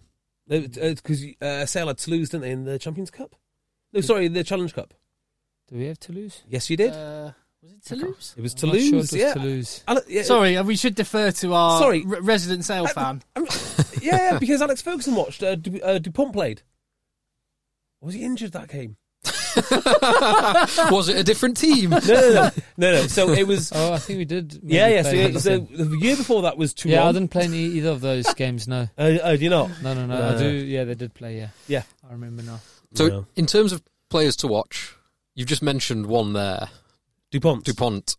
E: Because uh, Sale had Toulouse, didn't they, in the Champions Cup?
F: Mm.
E: No, sorry, the Challenge Cup.
F: do we have Toulouse?
E: Yes, you did.
A: Uh, was it Toulouse?
E: it was
F: I'm not
E: Toulouse.
F: sure it was
E: yeah.
F: Toulouse.
E: Ale- yeah,
A: Sorry, uh, we should defer to our
E: Sorry. Uh,
A: re- resident Sale
E: I-
A: fan.
E: I'm- yeah, yeah, because Alex Ferguson watched. Uh, Du- uh, Dupont played. Was he injured that game?
D: Was it a different team?
E: No, no, no, no, no. So it was.
F: Oh, I think we did. maybe
E: yeah, yeah. So,
F: play
E: yeah,
F: against
E: so
F: them.
E: the year before that was Toulon.
F: yeah, I didn't play any, either of those games. No,
E: Uh, uh, do you not?
F: no, no, no.
E: No.
F: I do. Yeah, they did play. Yeah,
E: Yeah.
F: I remember now.
D: So,
E: No.
D: in terms of players to watch, you've just mentioned one there,
E: Dupont.
D: Dupont,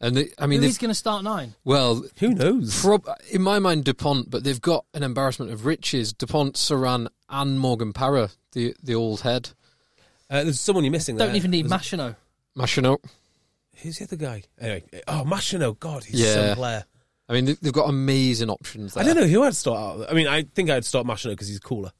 D: and they, I mean,
A: Who is
D: they've,
A: going to start nine?
D: well,
E: Who knows?
D: prob- in my mind, Dupont, but they've got an embarrassment of riches. Dupont, Saran, and Morgan Parra, the the old head,
E: Uh, there's someone you're missing.
A: Don't
E: there.
A: even need
E: There's-
A: Machino.
D: Machino.
E: Who's the other guy? Anyway, oh Machino, God, he's
D: Yeah.
E: some player.
D: I mean, they- they've got amazing options. There.
E: I don't know who I'd start out. I mean, I think I'd start Machino because he's cooler.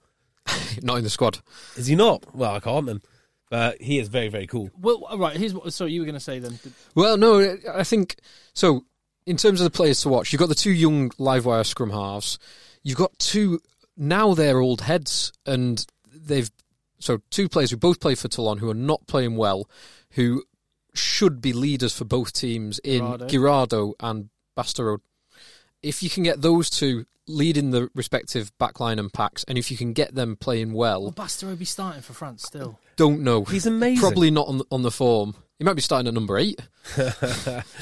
D: Not in the squad.
E: Is he not? Well, I can't then. But he is very, very cool.
A: Well, all right. Here's what. Sorry, you were going to say then.
D: Well, no, I think so. In terms of the players to watch, you've got the two young Livewire scrum halves. You've got two now they're old heads, and they've so two players who both play for Toulon who are not playing well, who should be leaders for both teams in
A: Girardo.
D: Girardo and Bastero. If you can get those two leading the respective backline and packs, and if you can get them playing
A: Will
D: well,
A: Bastero be starting for France still?
D: don't know.
E: He's amazing.
D: Probably not on the, on the form. He might be starting at number eight.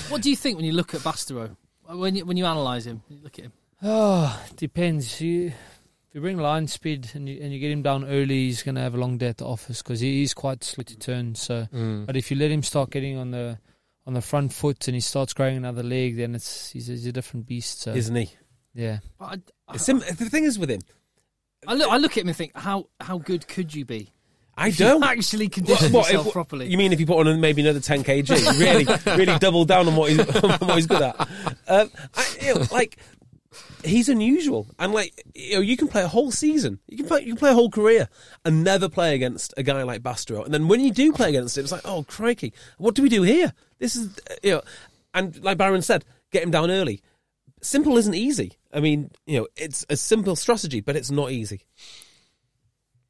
A: What do you think when you look at Bastero? Uh, When you, when you analyse him, you look at him.
F: Oh, depends. You, if you bring line speed and you, and you get him down early, he's going to have a long day at the office because he is quite slow to turn. So, but if you let him start getting on the on the front foot and he starts growing another leg, then it's he's, a- he's a different beast. So
E: isn't he?
F: yeah,
A: I, I,
E: It's sim- the thing is with him,
A: I look, I look at him and think, how how good could you be?
E: I
A: If you
E: don't.
A: actually condition
E: What- what-
A: yourself
E: if-
A: properly.
E: You mean if you put on maybe another 10 kg, really, really double down on what he's, on what he's good at. Um, I, you know, like, he's unusual. And, like, you know, you can play a whole season, you can play, you can play a whole career and never play against a guy like Bastero. And then when you do play against him, it's like, oh, crikey, what do we do here? This is, uh, you know, and like Baron said, get him down early. Simple isn't easy. I mean, you know, it's a simple strategy, but it's not easy.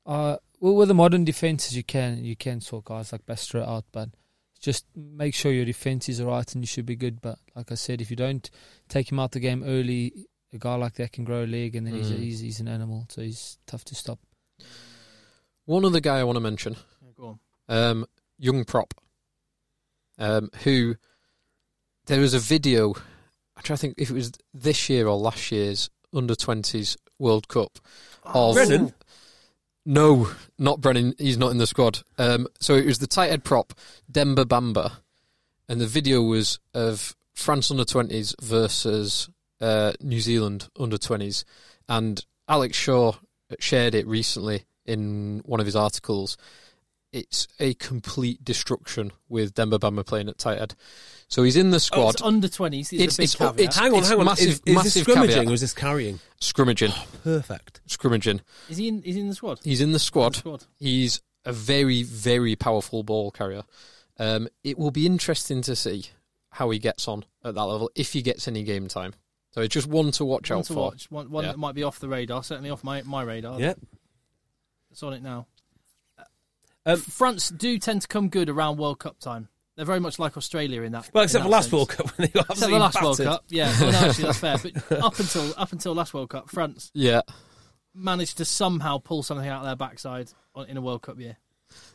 F: Uh, well, with the modern defenses, you can you can sort guys like Bastra out, but just make sure your defense is right and you should be good. But like I said, if you don't take him out the game early, a guy like that can grow a leg, and then he's, a,
D: Mm.
F: he's he's an animal, so he's tough to stop.
D: One other guy I want to mention
A: Yeah, Go on.
D: um, young prop, um, who there was a video. I'm trying to think if it was this year or last year's under 20s World Cup. Of
E: Brennan?
D: No, not Brennan. He's not in the squad. Um, so it was the tight head prop Demba Bamba, and the video was of France under 20s versus uh, New Zealand under 20s, and Alex Shaw shared it recently in one of his articles it's a complete destruction with Demba Bamba playing at tight head. So he's in the
A: Oh,
D: squad
A: it's under twenties. It's, a
D: It's-
A: big
D: it's-
A: caveat.
D: it's-
E: Hang on, hang on.
D: massive-
E: is, is
D: massive
E: this scrimmaging
D: caveat.
E: or is this carrying?
D: scrimmaging,
E: Perfect.
D: scrimmaging.
A: is he in? Is he in the squad?
D: He's in the
A: The
D: squad.
A: squad.
D: He's a very very powerful ball carrier. Um, it will be interesting to see how he gets on at that level if he gets any game time. So it's just one to watch
A: one
D: out
A: to
D: for.
A: watch. One, one
D: Yeah.
A: that might be off the radar. Certainly off my, my radar.
E: Yeah.
A: It's on it now.
E: Um,
A: F- France do tend to come good around World Cup time. They're very much like Australia in that.
E: Well, except
A: in
E: for
A: that
E: last
A: sense.
E: World Cup when they got
A: Except for last
E: absolutely
A: World
E: battered.
A: Cup, yeah. Well, no, actually, that's fair. But up until up until last World Cup, France
D: Yeah,
A: managed to somehow pull something out of their backside on, in a World Cup year.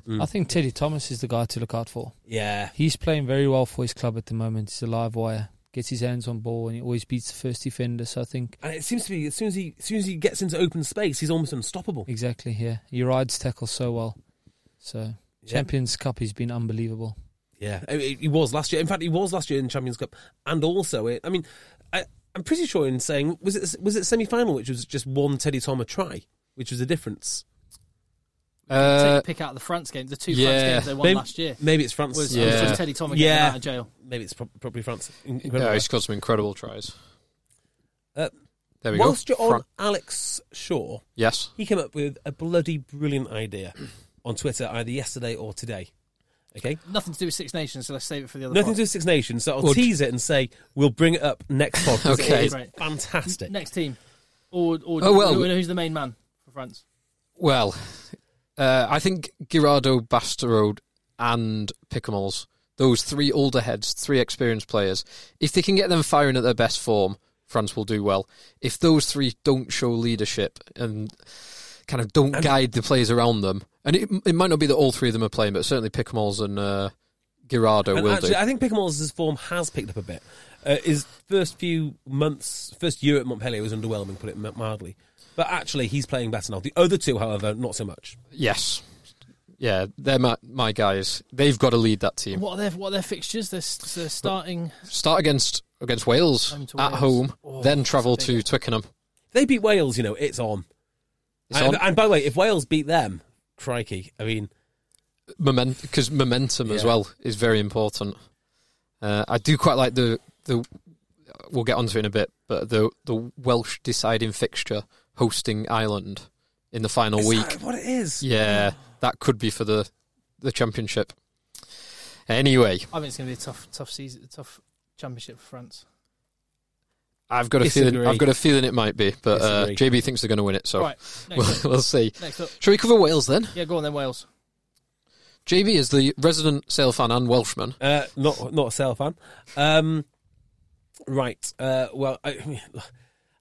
F: I think Teddy Thomas is the guy to look out for.
E: Yeah.
F: He's playing very well for his club at the moment. He's a live wire, gets his hands on ball, and he always beats the first defender. So I think
E: And it seems to be as soon as he as soon as he gets into open space, he's almost unstoppable.
F: exactly here. He rides tackle so well. So
E: Yeah.
F: Champions Cup, he's been unbelievable.
E: Yeah, I mean, he was last year. In fact, he was last year in Champions Cup, and also it. I mean, I, I'm pretty sure in saying was it was it semi final, which was just one Teddy Thomas try, which was the difference.
D: Uh,
A: Take pick out the France game, the two France
D: yeah.
A: games they won
E: Maybe-
A: last year.
E: Maybe it's France.
A: Was,
D: Yeah.
A: was just Teddy Thomas getting
E: Yeah.
A: out of jail.
E: Maybe it's prob- probably France.
D: yeah, he scored some incredible tries.
E: Uh,
D: there we
E: Whilst
D: go.
E: you're on
D: Fran-
E: Alex Shaw,
D: yes.
E: he came up with a bloody brilliant idea on Twitter either yesterday or today. Okay,
A: Nothing to do with Six Nations, so let's save it for the other.
E: nothing
A: pod.
E: to do with Six Nations, so I'll
D: Well,
E: tease it and say we'll bring it up next pod. 'cause
D: Okay.
E: it is
A: Right.
E: fantastic.
A: Next team, or or
D: Oh, well.
A: who- who's the main man for France?
D: Well, uh, I think Girardo, Basterode, and Picamoles, those three older heads, three experienced players, if they can get them firing at their best form, France will do well. If those three don't show leadership and kind of don't guide the players around them, and it, it might not be that all three of them are playing, but certainly Picamoles and uh, Girardo
E: And
D: will
E: actually,
D: do.
E: I think Picamoles' form has picked up a bit. Uh, his first few months, first year at Montpellier was underwhelming, put it m- mildly. But actually, he's playing better now. The other two, however, not so much.
D: yes. Yeah, they're my, my guys. They've got to lead that team.
A: What are their what are their fixtures? They're, s- they're starting.
D: Start against against Wales
A: Home to
D: at
A: Wales.
D: home,
A: Oh,
D: then
A: that's a
D: travel
A: big
D: to
A: one.
D: Twickenham.
E: They beat Wales, you know, it's on.
D: It's
E: and,
D: on.
E: and by the way, if Wales beat them, crikey, I mean,
D: moment because momentum as
E: Yeah.
D: well is very important. Uh, I do quite like the the. We'll get onto it in a bit, but the the Welsh deciding fixture hosting Ireland in the final
E: is
D: week.
E: that what it is.
D: Yeah, that could be for the the championship. Anyway,
A: I think it's going to be a tough tough season, a tough championship for France.
D: I've got a feeling.
E: Disagree.
D: I've got a feeling it might be, but uh,
E: Disagree.
D: JB thinks they're going to win it,
E: Oh.
D: so
A: Right,
D: we'll,
A: next up.
D: we'll see.
A: next up.
D: Shall we cover Wales then?
A: Yeah, go on then Wales.
D: JB is the resident Sale fan and Welshman.
E: Uh, not not a Sale fan. Um, right. Uh, well, I,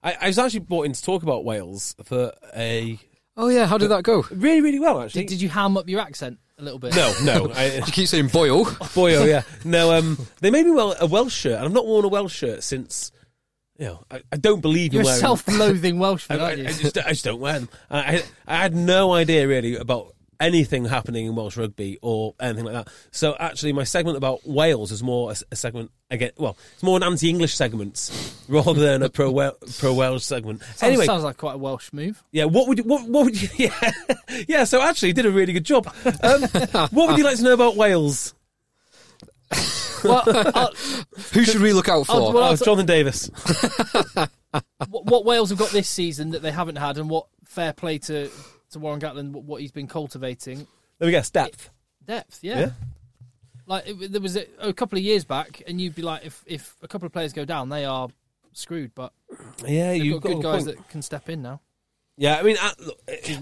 E: I, I was actually brought in to talk about Wales for a
D: Oh yeah, how did
E: Uh,
D: that go?
E: really, really well actually.
A: Did, did you ham up your accent a little bit?
E: no, no. I,
D: You keep saying Boyle.
E: Boy, oh yeah. No, um, they made me wear a Welsh shirt, and I've not worn a Welsh shirt since. You know, I, I don't believe in
A: You're a
E: wearing.
A: self-loathing
E: I,
A: Welshman,
E: I,
A: aren't
E: I
A: you?
E: just, I just don't wear them. I, I, I had no idea really about anything happening in Welsh rugby or anything like that. So actually, my segment about Wales is more a, s- a segment again. Well, it's more an anti-English segment rather than a pro pro Welsh segment.
A: Sounds,
E: anyway,
A: sounds like quite a Welsh move.
E: yeah, what would you, what what would you, yeah yeah? So actually, you did a really good job. Um, what would you like to know about Wales?
A: Well, I'll-
D: Who should we look out for?
A: I'll- well,
E: Oh,
A: I'll-
E: Jonathan Davis.
A: what, what Wales have got this season that they haven't had, and what fair play to to Warren Gatlin, what, what he's been cultivating
E: Let me guess, depth.
A: depth. Yeah, like it, there was a, a couple of years back, and you'd be like, if if a couple of players go down, they are screwed. But
E: Yeah,
A: they've
E: you've
A: got, good
E: a
A: guys
E: point.
A: that can step in now.
E: Yeah, I mean, uh, look, it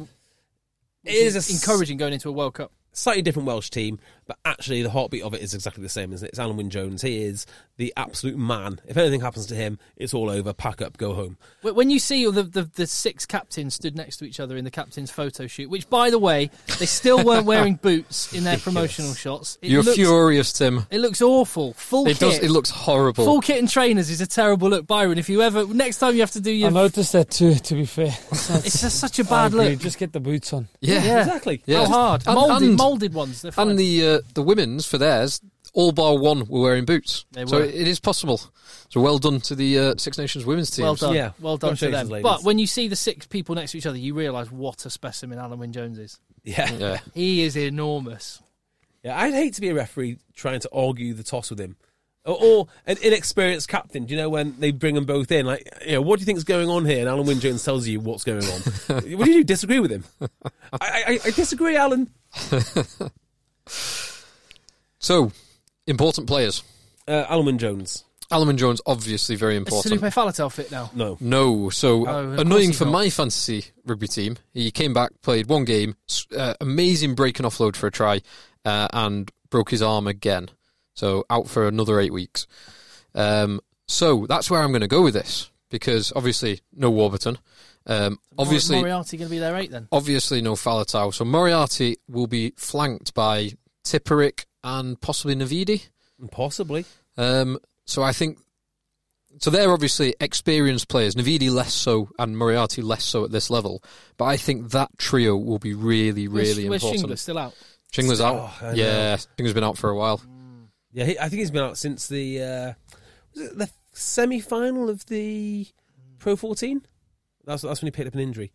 E: it is a s-
A: encouraging going into a World Cup.
E: slightly different Welsh team, but actually the heartbeat of it is exactly the same, isn't it? It's Alan Wynne Jones. He is the absolute man. If anything happens to him, it's all over. Pack up, go home.
A: Wh- When you see all the, the, the six captains stood next to each other in the captain's photo shoot, which, by the way, they still weren't wearing boots in their promotional shots. It
D: You're
A: looks,
D: furious, Tim.
A: It looks awful. Full
D: It
A: kit.
D: does. It looks horrible.
A: Full kit and trainers is a terrible look, Byron. If you ever next time you have to do
F: I
A: your,
F: noticed that too. To be fair,
A: it's just such a
F: I
A: bad
F: agree,
A: look.
F: Just get the boots on.
D: yeah.
A: Yeah.
E: Exactly. Oh,
D: Yeah.
A: How hard?
D: And-
A: molded,
D: and-
A: molded ones. They're fine.
D: And the uh, the women's for theirs, all bar one were wearing boots.
A: They
D: So
A: were.
D: it is possible. So well done to the uh, Six Nations women's team.
A: well done,
E: Yeah.
A: well done to them.
E: Congratulations, ladies.
A: But when you see the six people next to each other, you realise what a specimen Alan Wynne Jones is.
E: Yeah.
D: Yeah.
A: He is enormous.
E: yeah. I'd hate to be a referee trying to argue the toss with him. Or, or an inexperienced captain, do you know when they bring them both in? Like, you know, what do you think is going on here? And Alan Wynne Jones tells you what's going on. what do you do? Disagree with him? I, I, I disagree, Alan.
D: So important players.
E: Uh, Alan Wynne Jones.
D: Alan and Jones obviously very
A: Is
D: important.
A: Felipe Fallet outfit now?
E: No.
D: No, so uh,
A: Oh, of course
D: annoying
A: he's
D: for
A: not.
D: my fantasy rugby team. He came back, played one game, s- uh, amazing break and offload for a try, uh, and broke his arm again. So out for another eight weeks. Um, so that's where I'm going to go with this because obviously no Warburton, um, obviously
A: Mor- Moriarty going to be their eight then.
D: obviously no Falatau. So Moriarty will be flanked by Tipperick and possibly Navidi.
E: Possibly.
D: Um, so I think so. They're obviously experienced players. Navidi less so, and Moriarty less so at this level. But I think that trio will be really,
A: Where's-
D: really
A: where's
D: important.
A: Shingler still out?
D: Shingler's out.
E: Oh, I know.
D: yeah, Shingler's been out for a while.
E: Yeah, he, I think he's been out since the uh, was it the semi final of the Pro 14. That's that's when he picked up an injury.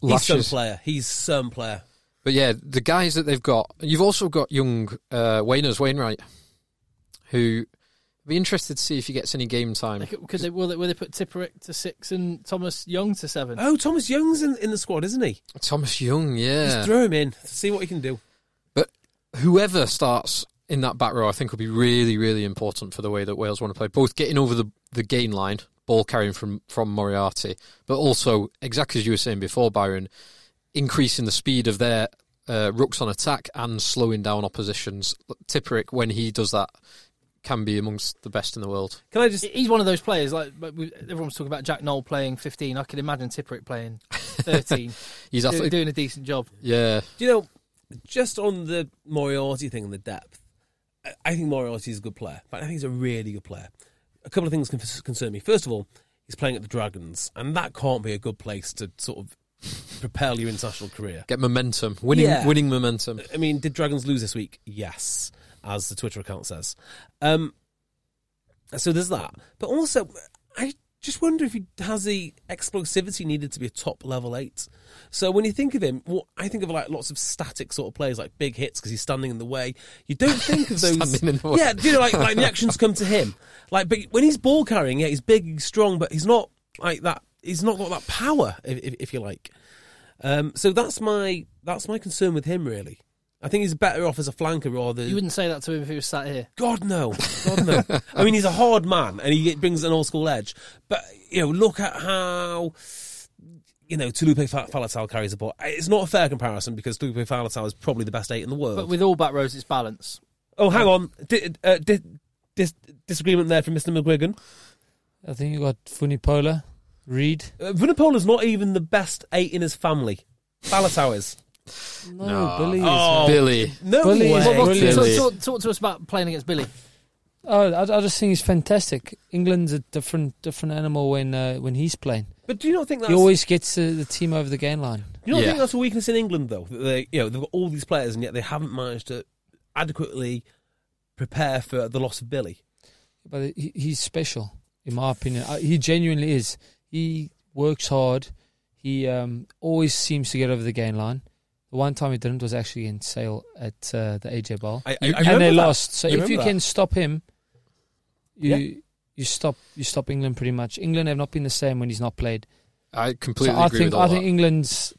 E: He's
D: Lashes.
E: some player. He's some player.
D: But yeah, the guys that they've got. You've also got young uh, Wayners Wainwright, who be interested to see if he gets any game time.
A: Because they, will they, will they put Tipperick to six and Thomas Young to seven?
E: Oh, Thomas Young's in, in the squad, isn't he?
D: Thomas Young,
E: Just
D: yeah.
E: throw him in, see what he can do.
D: But whoever starts in that back row, I think, will be really, really important for the way that Wales want to play. Both getting over the the gain line, ball carrying from from Moriarty, but also exactly as you were saying before, Byron, increasing the speed of their uh, rooks on attack and slowing down oppositions. Tipperick, when he does that, can be amongst the best in the world.
E: Can I just?
A: He's one of those players. Like but we- everyone's talking about Jack Knoll playing fifteen. I can imagine Tipperick playing thirteen,
D: He's
A: do-
D: athletic.
A: doing a decent job.
D: Yeah,
E: Do you know? Just on the Moriarty thing and the depth, I- I think Moriarty is a good player, but I think he's a really good player. A couple of things con- concern me. First of all, he's playing at the Dragons, and that can't be a good place to sort of propel your international career.
D: get momentum, winning,
E: Yeah.
D: winning momentum.
E: I mean, did Dragons lose this week? Yes, as the Twitter account says. Um, so there's that. But also, I just wonder if he has the explosivity needed to be a top level eight. So when you think of him, well, I think of like lots of static sort of players, like big hits because he's standing in the way. You don't think of those.
D: Standing in the way.
E: Yeah, do you know, like, like the actions come to him. Like, but when he's ball carrying, yeah, he's big, he's strong, but he's not like that. He's not got that power, if, if, if you like. Um, so that's my that's my concern with him. Really, I think he's better off as a flanker rather.
A: You wouldn't say that to him if he was sat here.
E: God no, God no. I mean, he's a hard man, and he brings an old school edge. But you know, look at how you know Tulupe Fa- Falatal carries the ball. It's not a fair comparison because Tulupe Falatal is probably the best eight in the world.
D: Oh.
A: But with all back rows, it's balance.
E: oh, hang on, di- uh, di- dis- disagreement there from Mister McGuigan.
F: I think you got Funipola, Reed.
E: Uh, Vunipola's not even the best eight in his family. Falatal is.
F: No,
D: No.
F: Billy. Is,
E: Oh.
D: Billy,
E: No
F: Bully is
E: way.
F: Well, Billy.
A: Talk, talk- talk to us about playing against Billy.
F: oh, I, I just think he's fantastic. England's a different different animal when uh, when he's playing.
E: But do you not think that's
F: He always gets uh, the team over the gain line.
E: Do you not
D: Yeah.
E: think that's a weakness in England, though? That They, you know, they've got all these players, and yet they haven't managed to adequately prepare for the loss of Billy.
F: But he, he's special, in my opinion. I, he genuinely is. He works hard. He um, always seems to get over the gain line. The one time he didn't was actually in Sale at uh, the AJ Bowl,
E: I, I, I
F: and they
E: remember that.
F: lost. So
E: I
F: if
E: remember
F: you
E: that.
F: can stop him, you
E: Yeah.
F: you stop you stop England pretty much. England have not been the same when he's not played.
D: I completely
F: so I
D: agree
F: think
D: with all
F: I
D: that.
F: think England's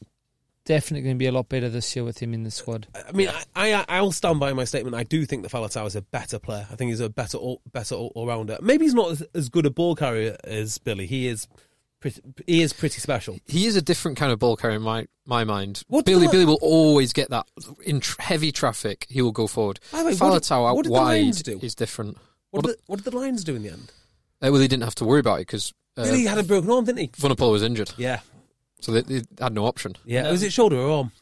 F: definitely going to be a lot better this year with him in the squad.
E: I mean, I, I I'll stand by my statement. I do think that Falatau is a better player. I think he's a better all, better all rounder. Maybe he's not as, as good a ball carrier as Billy. He is pretty, he is pretty special.
D: he is a different kind of ball carrier in my, my mind.
E: What
D: Billy
E: the-
D: Billy will always get that in tr- heavy traffic. He will go forward.
E: By the way, what did-
D: Falatau
E: what
D: out
E: did the
D: wide
E: Lions do?
D: is different.
E: What,
D: What
E: did the, what did the Lions do in the end?
D: Uh, well, they didn't have to worry about it because uh,
E: Billy had a broken arm, didn't he?
D: Vunipola was injured,
E: Yeah,
D: so they, they had no option.
E: yeah. Was it shoulder or arm?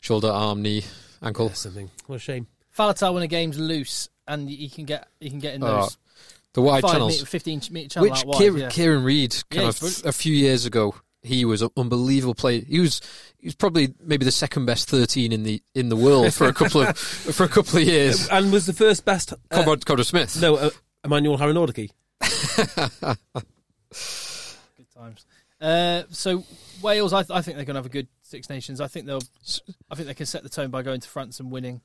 D: Shoulder, arm, knee, ankle.
E: Yeah, something. What a shame.
A: Falatal when a game's loose and he can get he can get in
D: Oh,
A: those
D: The wide
A: five
D: channels,
A: meter, fifteen ch- meter channel
D: which
A: out wide.
D: Kieran,
A: yeah.
D: Kieran Reid, kind
A: Yeah,
D: of
A: he's
D: a few years ago, he was an unbelievable player. He was he was probably maybe the second best thirteen in the in the world for a couple of for a couple of years.
E: And was the first best. uh,
D: Conrad Conrad Smith.
E: no, uh, Emmanuel Haranordaki.
A: Good times. Uh, so Wales, I, th- I think they're going to have a good Six Nations. I think they'll, I think they can set the tone by going to France and winning.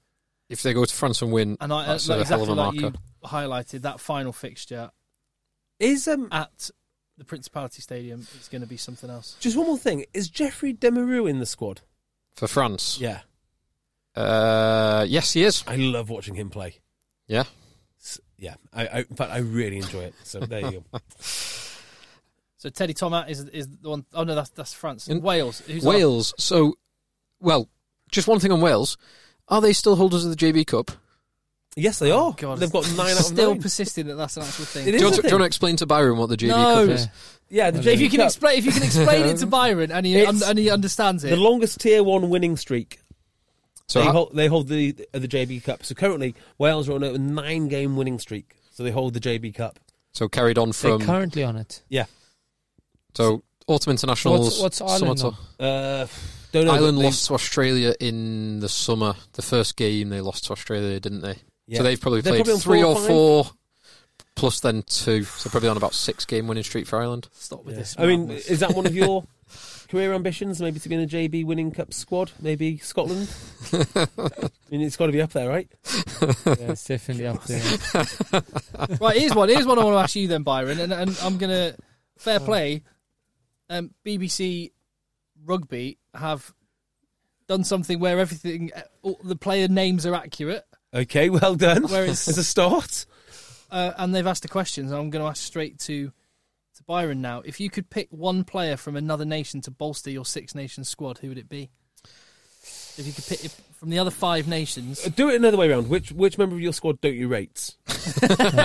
D: If they go to France and win,
A: And I uh,
D: that's
A: like,
D: a
A: exactly
D: hell of a
A: like
D: marker.
A: you highlighted that final fixture
E: Is um,
A: at the Principality Stadium is going to be something else.
E: Just one more thing. Is Jeffrey Demaroo in the squad?
D: for France.
E: Yeah.
D: Uh, yes, he is.
E: I love watching him play.
D: Yeah.
E: S- Yeah. I, I, in fact, I really enjoy it. So there you go.
A: So Teddy Tomat is is the one oh no, that's that's France.
D: In-
A: Wales. Who's our-
D: Wales. So, well, just one thing on Wales. Are they still holders of the JB Cup?
E: Yes, they
A: Oh,
E: are.
A: God.
E: They've got nine out of
A: still
E: nine.
A: persisting that that's an actual thing.
E: It
D: Do
E: is a
D: you, want to, do
E: thing.
D: you want to explain to Byron what the JB
A: No.
D: Cup is?
E: yeah, the
A: if you
E: JV
A: can
E: Cup,
A: explain if you can explain it to Byron and he
E: It's-
A: un- and he understands it.
E: the longest tier one winning streak.
D: So,
E: they,
D: ha-
E: hold, they hold the uh, the JB Cup. So currently, Wales are on a nine game winning streak. So they hold the JB Cup.
D: so carried on
F: They're
D: from
F: currently on it.
E: Yeah.
D: so autumn internationals.
F: What's- what's Ireland
D: summer to-
E: Uh, don't know.
D: Ireland
E: but they-
D: lost to Australia in the summer. The first game they lost to Australia, didn't they? So they've probably
E: They're
D: played
E: probably on
D: three
E: four or
D: or
E: five.
D: four, plus then two. So probably on about six game winning streak for Ireland.
A: Stop with this.
E: I mean,
A: madness.
E: is that one of your career ambitions? Maybe to be in a JB winning cup squad? Maybe Scotland? I mean, it's got to be up there, right?
F: Yeah, it's definitely up there.
A: right, here's one. Here's one I want to ask you then, Byron, and, and I'm gonna fair play. Um, BBC Rugby have done something where everything, uh, all the player names are accurate,
E: Okay, well done.
A: Where it's-
E: As a start.
A: uh, and they've asked the questions. And I'm going to ask straight to to Byron now. If you could pick one player from another nation to bolster your Six Nations squad, who would it be? If you could pick if, from the other five nations,
E: uh, Do it another way around. Which which member of your squad don't you rate?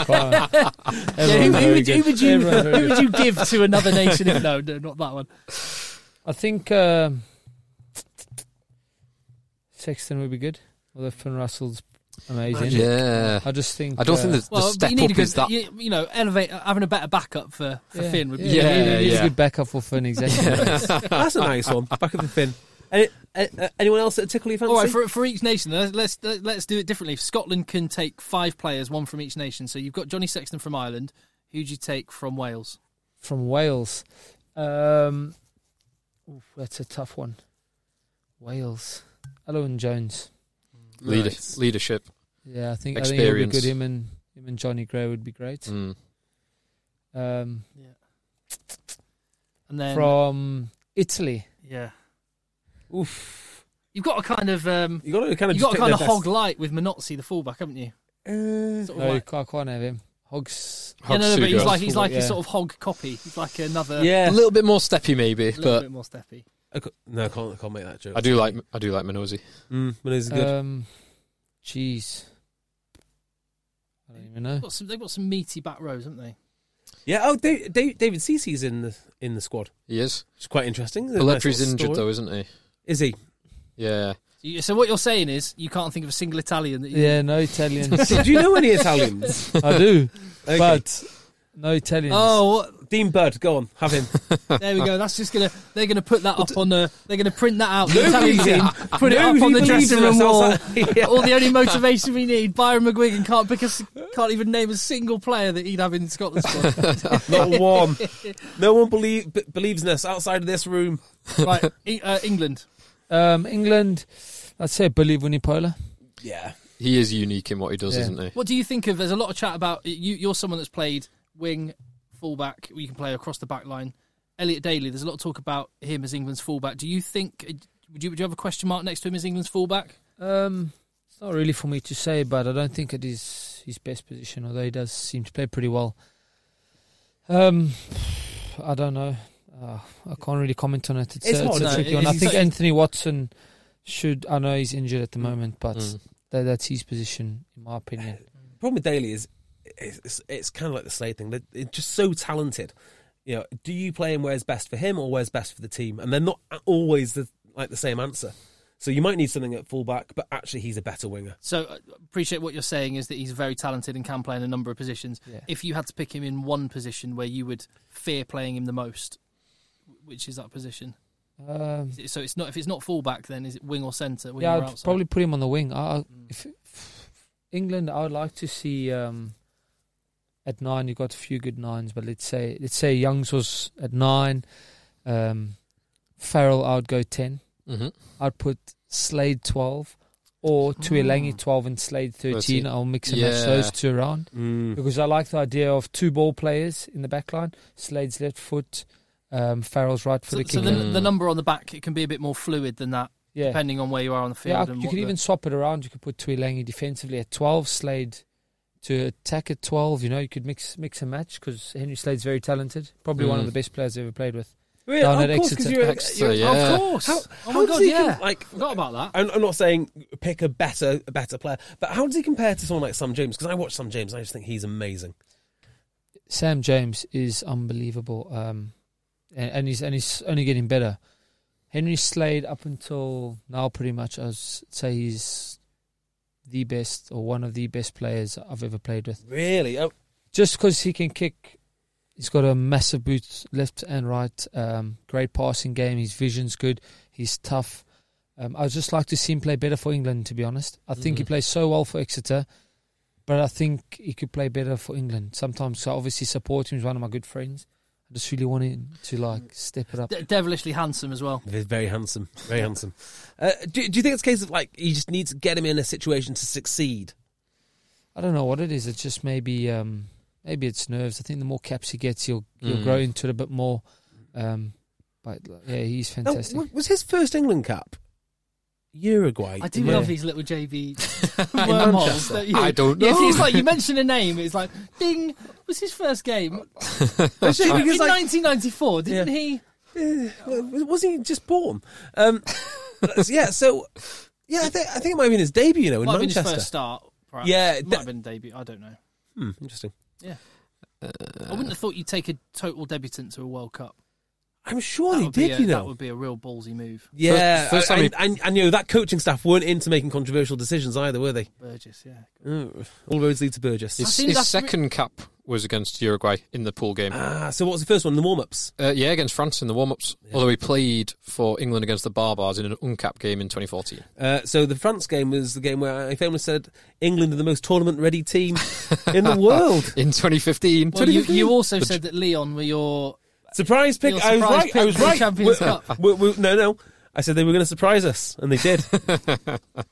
A: yeah, who,
F: Everyone
A: who
F: very
A: would, who
F: good.
A: would you
F: Everyone very
A: who would you give to another nation? If, no, no, not that one.
F: I think um, Sexton would be good. Although Finn Russell's amazing.
D: Yeah.
F: I just think.
D: I don't think
F: uh,
D: the, the
A: Well, but
D: step
A: you need a
D: up
A: good,
D: is that.
A: You, you know, elevate uh, having a better backup for, for
F: yeah,
A: Finn would be.
F: yeah,
D: Yeah,
F: he- he's
D: yeah.
F: a good backup for Finn. Exactly.
E: That's a nice one. Back of the fin. Any, uh, uh, anyone else that tickle you fancy?
A: All right, for, for each nation, let's let's let's do it differently. If Scotland can take five players, one from each nation. So you've got Johnny Sexton from Ireland. Who'd you take from Wales?
F: from Wales. Um, oof, that's a tough one. Wales. Owen Jones.
D: Leader,
E: Nice.
D: Leadership.
F: Yeah, I think I think it'd be
D: Experience.
F: good. Him and him and Johnny Gray would be great.
D: Mm.
F: Um,
A: And then
F: from Italy.
A: yeah,
E: Oof.
A: you've got a kind of um,
E: You got to kind of
A: you've
E: just
A: got a kind
E: pick
A: of
E: their
A: hog light with Minozzi, the fullback, haven't you?
E: best. Oh,
A: Sort of
F: No,
A: like-
F: I can't have him. Hogs.
A: yeah, no, no, but he's
D: Hotsugo.
A: like he's like a
F: Yeah.
A: sort of hog copy. He's like another
E: yeah.
D: a little bit more steppy maybe,
A: little
D: but
A: bit more steppy.
E: I ca- no, I can't. I can't make that joke.
D: I do like I do like Minosi.
E: Mm, but it's good.
F: Um, jeez. I don't even know.
A: They've got some, they've got some meaty back rows, haven't they?
E: yeah. Oh, Dave, Dave, David Cece's in the in the squad.
D: He is.
E: It's quite interesting. There's a nice
D: Pellegrini's
E: little
D: injured
E: story.
D: though, isn't he?
E: Is he?
D: Yeah.
A: So, you, so what you're saying is you can't think of a single Italian that you
F: Yeah, no Italians.
E: Do you know any Italians?
F: I do,
E: Okay.
F: but no Italians.
A: Oh, what,
E: Dean Bird, go on, have him.
A: There we go. That's just gonna. They're gonna put that up on the. They're gonna print that out. The
E: Nobody-
A: Italian team. Put it up
E: Nobody
A: on the
E: believes
A: dressing
E: in us
A: room wall.
E: outside. Yeah.
A: All the only motivation we need. Byron McGuigan can't pick a s Can't even name a single player that he'd have in Scotland squad.
E: Not one. No one believe, b- believes in us outside of this room.
A: right, E- uh, England.
F: Um, England. I'd say Billy Vunipola.
E: Yeah.
D: He is unique in what he does,
F: Yeah.
D: isn't he?
A: What do you think of? There's a lot of chat about you. You're someone that's played wing, fullback. You can play across the back line. Elliot Daly. There's a lot of talk about him as England's fullback. Do you think? uh, Would you, would you have a question mark next to him as England's fullback?
F: Um, it's not really for me to say, but I don't think it is his best position, although he does seem to play pretty well. Um, I don't know. Uh, I can't really comment on it. It's,
E: It's
F: a,
E: hard,
F: it's a
A: isn't it?
F: tricky one. I
A: It's-
F: think
A: it's-
F: Anthony Watson should. I know he's injured at the moment, but
D: Mm.
F: tha- that's his position, in my opinion.
E: The problem with Daly is it's, it's, it's kind of like the Slade thing. They're, they're just so talented. You know, do you play him where's best for him or where's best for the team? And they're not a- always the, like the same answer. So you might need something at fullback, but actually he's a better winger.
A: So uh, appreciate what you're saying is that he's very talented and can play in a number of positions.
F: Yeah.
A: If you had to pick him in one position where you would fear playing him the most, which is that position?
F: Um,
A: Is it- So it's not if it's not fullback, then is it wing or centre? Wing
F: yeah,
A: or
F: I'd
A: outside? Mm.
F: probably put him on the wing. I, I- if, England, I would like to see um, at nine. You got a few good nines, but let's say let's say Youngs was at nine. Um, Farrell, I would go ten.
D: hmm
F: I'd put Slade twelve or Tuilangi
A: Hmm.
F: twelve and Slade thirteen.
D: Thirteen.
F: I'll mix and match
D: Yeah.
F: those two around
E: Mm.
F: because I like the idea of two ball players in the back line. Slade's left foot, um, Farrell's right
A: So,
F: foot.
A: so
F: kicking.
A: the,
D: Mm.
A: the number on the back it can be a bit more fluid than that,
F: yeah.
A: depending on where you are on the field.
F: Yeah, I-
A: and
F: you
A: what
F: could
A: the-
F: even swap it around. You could put Tuilangi defensively at 12, Slade to attack at 12. You know, you could mix mix and match because Henry Slade's very talented. Probably one of
D: Mm.
F: the best players I've ever played with.
E: Really,
F: Down
E: of
F: at
E: course, 'cause
F: Exeter.
E: you're, a-
D: Exeter,
E: you're a-
D: yeah.
A: of course.
E: How-
A: oh
E: how
A: my
E: does
A: god,
E: he
A: yeah.
E: com- like-
A: forgot about that.
E: I'm, I'm not saying pick a better a better player, but how does he compare to someone like Sam James? Because I watch Sam James, and I just think he's amazing.
F: Sam James is unbelievable, um, and, and he's and he's only getting better. Henry Slade, up until now, pretty much I'd say he's the best or one of the best players I've ever played with.
E: Really? Oh,
F: just because he can kick, he's got a massive boot left and right. Um, great passing game. His vision's good. He's tough. Um, I would just like to see him play better for England. To be honest, I think he
D: Mhm.
F: plays so well for Exeter. but I think he could play better for England. Sometimes, so obviously, supporting is one of my good friends. I just really want him to like step it up.
A: De- devilishly handsome as well.
E: They're very handsome, very handsome. Uh, do, do you think it's a case of like you just need to get him in a situation to succeed?
F: I don't know what it is. It's just maybe um, maybe it's nerves. I think the more caps he gets, he'll he'll
D: Mm.
F: grow into it a bit more. Um, but like, yeah, he's
E: Now,
F: fantastic.
E: w- was his first England cap Uruguay?
A: I do
E: Yeah.
A: love these little JB wormholes. that you-
D: I don't
A: Yeah,
D: know.
A: it's like you mention a name, it's like, ding, was his first game.
E: It's just
A: in
E: because, like,
A: 1994, didn't
E: Yeah.
A: he?
E: eh, w- was he just born? Um, so, yeah, so yeah, I think I think it might have been his debut. You know, in
A: Might have been his
E: Manchester.
A: first start. Perhaps.
E: Yeah,
A: might
E: that-
A: have been debut. I don't know.
E: Hmm, interesting.
A: I wouldn't have thought you'd take a total debutant to a World Cup.
E: I'm sure
A: That
F: Oh,
E: he
A: would be
E: did.
A: a-
E: you
A: that
E: know,
A: would be a real ballsy move,
E: yeah.
D: First- first
E: I,
D: time
E: I, I, I knew that coaching staff weren't into making controversial decisions either, were they?
A: Burgess. Yeah,
E: Mm, All roads lead to Burgess.
A: I
D: His,
A: think
D: his
A: that's re-
D: second cap was against Uruguay in the pool game.
E: Ah, so what was the first one? The warm ups.
D: Uh, yeah, against France in the warm-ups. Although he played for England against the Barbars in an uncapped game in 2014.
E: Uh, so the France game was the game where I famously said England are the most tournament ready team in the world.
D: In 2015,
A: Well, you,
E: 2015?
A: you also
D: But-
A: said that Leon were your
E: Surprise pick.
A: Your
E: I was
A: surprise
E: right. I
A: pick
E: was
A: for the
E: right.
A: Champions
E: We-
A: Cup.
E: we- we- no, no. I said they were going to surprise us, and they did.
A: by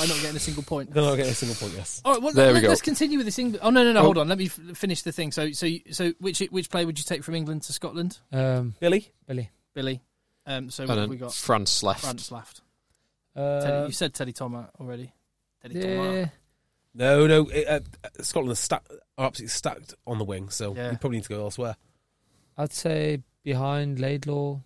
A: not getting a single point.
E: They're not getting a single point. Yes.
A: All right, well,
D: There we
A: let,
D: go.
A: us continue with this. England. Oh no, no, no!
D: Oh.
A: Hold on, let me f- finish the thing. So, so, you- so, which which player would you take from England to Scotland,
F: um,
E: Billy.
F: Billy,
A: Billy? Um, so
D: and
A: what have
D: then
A: we got
D: France left.
A: France left. Teddy,
F: uh,
A: you said Teddy Thomas already. Teddy Thomas.
F: yeah,
E: No, no. it- uh, uh, Scotland are, stack, are absolutely stacked on the wing, so
A: Yeah.
E: we probably need to go elsewhere.
F: I'd say behind Laidlaw,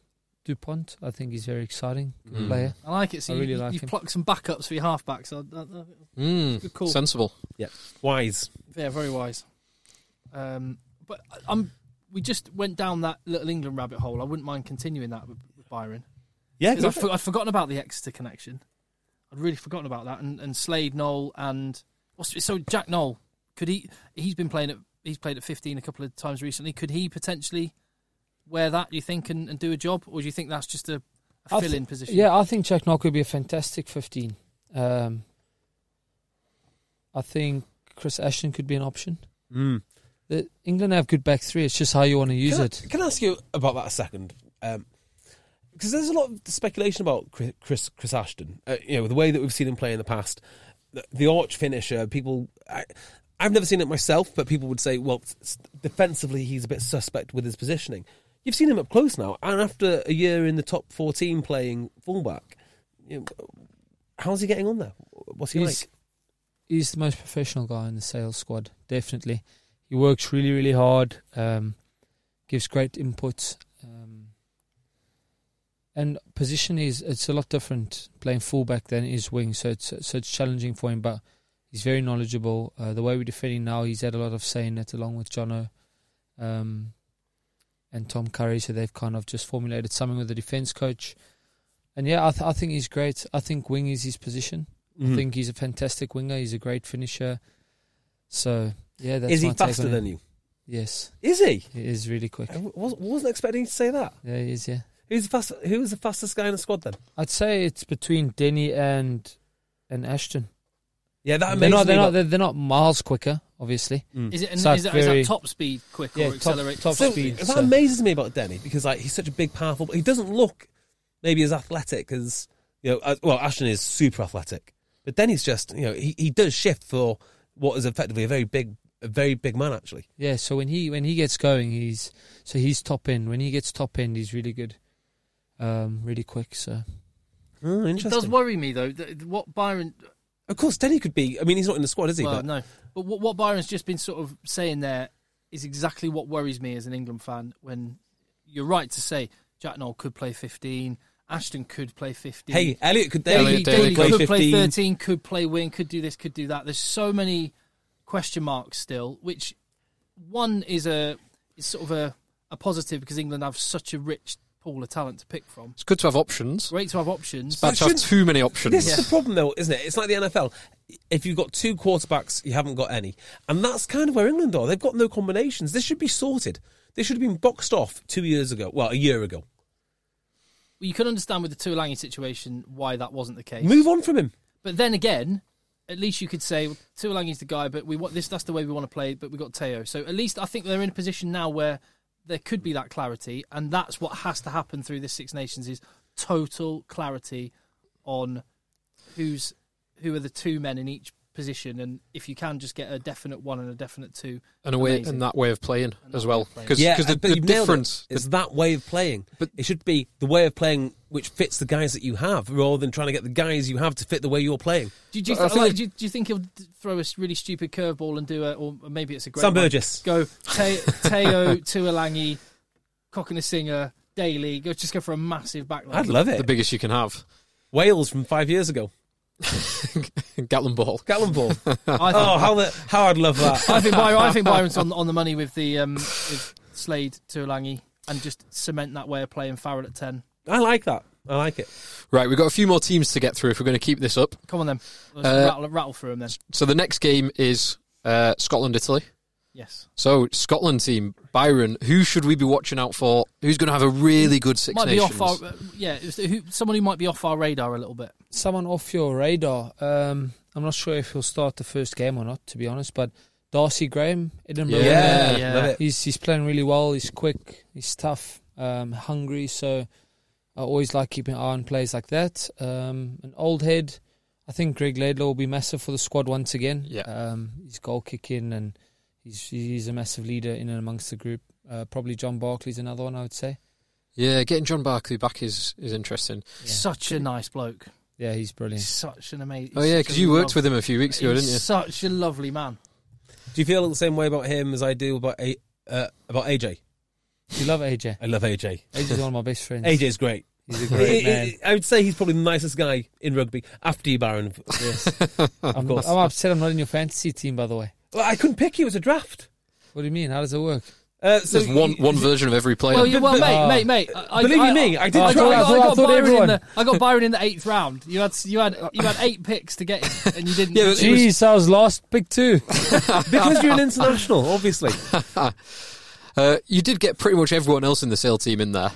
F: Dupont. I think he's very exciting
D: Mm.
F: player.
A: I like it. So
F: I
A: you,
F: really
A: you-
F: like
A: you've
F: him.
A: plucked some backups for your halfbacks. So that, that,
D: Mm,
A: Good call.
D: Sensible.
E: Wise.
A: yeah, very wise. Um, but I- I'm. We just went down that little England rabbit hole. I wouldn't mind continuing that with, with Byron.
E: Yeah.
A: 'Cause I've,
E: exactly.
A: for, I've forgotten about the Exeter connection. I'd really forgotten about that. And, and Slade Knoll and what's, so Jack Knoll could he? He's been playing at he's played at fifteen a couple of times recently. Could he potentially wear that? Do you think and, and do a job, or do you think that's just a,
F: I
A: a fill-in position?
F: Yeah, I think Jack Knoll could be a fantastic 15. Um, I think Chris Ashton could be an option.
E: Mm.
F: The, England have good back three. It's just how you want to use
E: can
F: it.
E: I, can I ask you about that a second? Because there's a lot of speculation about Chris Chris, Chris Ashton. Uh, you know, the way that we've seen him play in the past, the, the arch finisher. People, I, I've never seen it myself, but people would say, well, s- s- defensively he's a bit suspect with his positioning. You've seen him up close now, and after a year in the top 14 playing fullback, you know, how's he getting on there? What's he
F: he's,
E: like?
F: he's the most professional guy in the sales squad, definitely. He works really, really hard, um, gives great input. Um, and position is it's a lot different playing fullback than his wing, so it's so it's challenging for him. But he's very knowledgeable. Uh, the way we're defending now, he's had a lot of say in it, along with Jono um, and Tom Curry. So they've kind of just formulated something with the defense coach. And yeah, I, th- I think he's great. I think wing is his position. I
E: Mm.
F: think he's a fantastic winger. He's a great finisher. So yeah, that's
E: Is he
F: my take
E: faster
F: on him.
E: than Oh. you?
F: Yes,
E: Is he?
F: he is really quick.
E: I wasn't wasn't expecting you to say that.
F: Yeah, he is. Yeah,
E: Who's the fast, who was the fastest guy in the squad then?
F: I'd say it's between Denny and and Ashton.
E: Yeah, that
F: they're
E: amazes
F: not. They're
E: me.
F: not.
E: but-
F: They're, they're not miles quicker, obviously.
A: Is it an,
F: So
A: is, that, is that
F: very-
A: top speed quick
F: Yeah,
A: or
F: top-
A: accelerate?
F: top
E: So,
F: speed,
E: that
F: so-
E: amazes me about Denny because like he's such a big, powerful. He doesn't look maybe as athletic as you know. As, well, Ashton is super athletic, but Denny's just you know he, he does shift for what is effectively a very big, a very big man actually.
F: Yeah. So when he when he gets going, he's so he's top end. When he gets top end, he's really good, um, really quick. So
E: Oh,
A: It does
E: interesting.
A: worry me though. that- What Byron?
E: of course, Denny could be. I mean, he's not in the squad, is he?
A: well,
E: but
A: no. But what, what Byron's just been sort of saying there is exactly what worries me as an England fan. When you're right to say Jack Noel could play 15, Ashton could play 15.
E: hey, Elliot could.
A: Daly,
E: Elliot
A: Daly
D: Daly
E: could play
A: could play
E: 15.
A: 13, could play wing, could do this, could do that. There's so many question marks still, which one is a is sort of a, a positive because England have such a rich pool of talent to pick from.
D: It's good to have options.
A: Great to have options.
D: It's bad to have
E: shouldn't-
D: too many options.
E: This
A: Yeah.
E: is the problem, though, isn't it? It's like the NFL. If you've got two quarterbacks, you haven't got any, and that's kind of where England are. They've got no combinations. This should be sorted. They should have been boxed off two years ago. Well, a year ago.
A: You can understand with the Tuolangi situation why that wasn't the case.
E: Move on from him.
A: But then again, at least you could say well, Tuolangi's the guy, but we want this. That's the way we want to play. But we got Teo, so at least I think they're in a position now where there could be that clarity, and that's what has to happen through this Six Nations is total clarity on who's who are the two men in each position, and if you can just get a definite one and a definite two,
D: and a way
A: Amazing.
D: and that way of playing
A: And
D: as
A: that way
D: well
A: of playing.
D: because
E: Yeah,
D: the,
E: but
D: the
E: you've nailed it.
D: difference
E: It's that way of playing. But
D: But-
E: it should be the way of playing which fits the guys that you have, rather than trying to get the guys you have to fit the way you're playing.
A: Do you, do, you
D: I
A: th-
D: think-
A: like, do, you, do you think he'll d- throw a s- really stupid curveball and do a, or maybe it's a great
E: Sam
A: one.
E: Burgess.
A: Go Te- Teo, Tuolangi, Cock and a Singer, Daly. Go just go for a massive backline.
E: I'd love it.
D: the biggest you can have
E: Wales from five years ago.
D: Gatlin ball
E: Gallon ball.
A: I think,
E: oh, how the, how I'd love that.
A: I think Byron, I think Byron's on on the money with the um, with Slade, Tuolangi, and just cement that way of playing Farrell at ten.
E: I like that. I like it.
D: right we've got a few more teams to get through if we're going to keep this up
A: Come on then, let's
D: Uh,
A: rattle, rattle through them then.
D: so the next game is uh, Scotland Italy
A: Yes,
D: so Scotland team Byron who should we be watching out for who's going to have a really good Six
A: might
D: Nations
A: be off our uh, yeah. it was the- who, someone who might be off our radar a little bit.
F: Someone off your radar. Um, I'm not sure if he'll start the first game or not, to be honest. But Darcy Graham, Edinburgh.
E: Yeah,
A: yeah.
E: love it.
F: He's he's playing really well. He's quick. He's tough. Um, hungry. So I always like keeping an eye on plays like that. Um, an old head. I think Greg Laidlaw will be massive for the squad once again.
D: Yeah.
F: Um, he's goal kicking and he's he's a massive leader in and amongst the group. Uh, probably John Barkley's another one I would say.
D: yeah getting John Barkley back is is interesting
F: Yeah.
A: Such a nice bloke.
F: Yeah, he's brilliant.
A: Such an amazing.
D: oh yeah because you worked with him a few weeks ago
A: He's
D: didn't you
A: Such a lovely man.
E: Do you feel the same way about him as I do about a, uh, about AJ?
F: You love AJ.
E: I love AJ.
F: AJ's one of my best friends.
E: AJ's great.
F: He's a
E: He-
F: great
E: he-
F: man.
E: I would say he's probably the nicest guy in rugby after you, Baron.
F: I'm,
E: course.
F: I'm upset I'm not in your fantasy team, by the way.
E: Well, I couldn't pick you as a draft.
F: What do you mean? How does it work?
E: Uh, so
D: there's one one version of every player
A: Well, you, well,
E: but-
A: mate,
F: uh,
A: mate, mate. I,
E: believe you me, I did
A: I,
E: try.
A: got- I got,
F: I
A: I
F: thought-
A: got
F: I thought
A: Byron in
F: everyone-
A: the, I got Byron in the eighth round. You had you had you had eight picks to get him, and you didn't.
D: Yeah, but it was-
F: Jeez, I was last pick two.
E: because you're an international, obviously.
D: uh, you did get pretty much everyone else in the sale team in there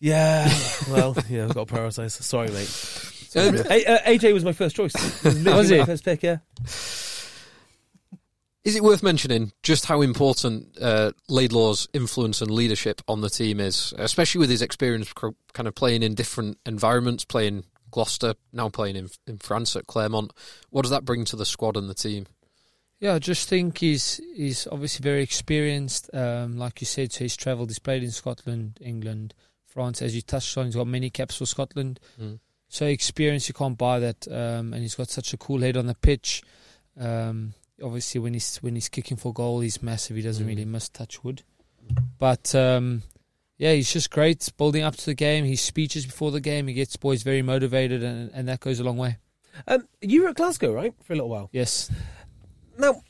E: Yeah. Well, yeah, I've got to prioritise. Sorry, mate.
D: Um,
E: A- uh, AJ was my first choice. was, literally
F: Was
E: my
F: he?
E: First pick, yeah.
D: Is it worth mentioning just how important uh, Laidlaw's influence and leadership on the team is, especially with his experience cr- kind of playing in different environments, playing Gloucester, now playing in, in France at Clermont? What does that bring to the squad and the team?
F: Yeah, I just think he's he's obviously very experienced. Um, like you said, so he's travelled, he's played in Scotland, England, France. As you touched on, he's got many caps for Scotland.
D: Mm.
F: So experience, you can't buy that. Um, and he's got such a cool head on the pitch. Um, obviously, when he's when he's kicking for goal, he's massive. He doesn't
D: Mm.
F: really miss touch wood. But um, yeah, he's just great building up to the game. His speeches before the game, he gets boys very motivated, and, and that goes a long way.
E: Um, you were at Glasgow, right, for a little while.
F: Yes,
E: Now,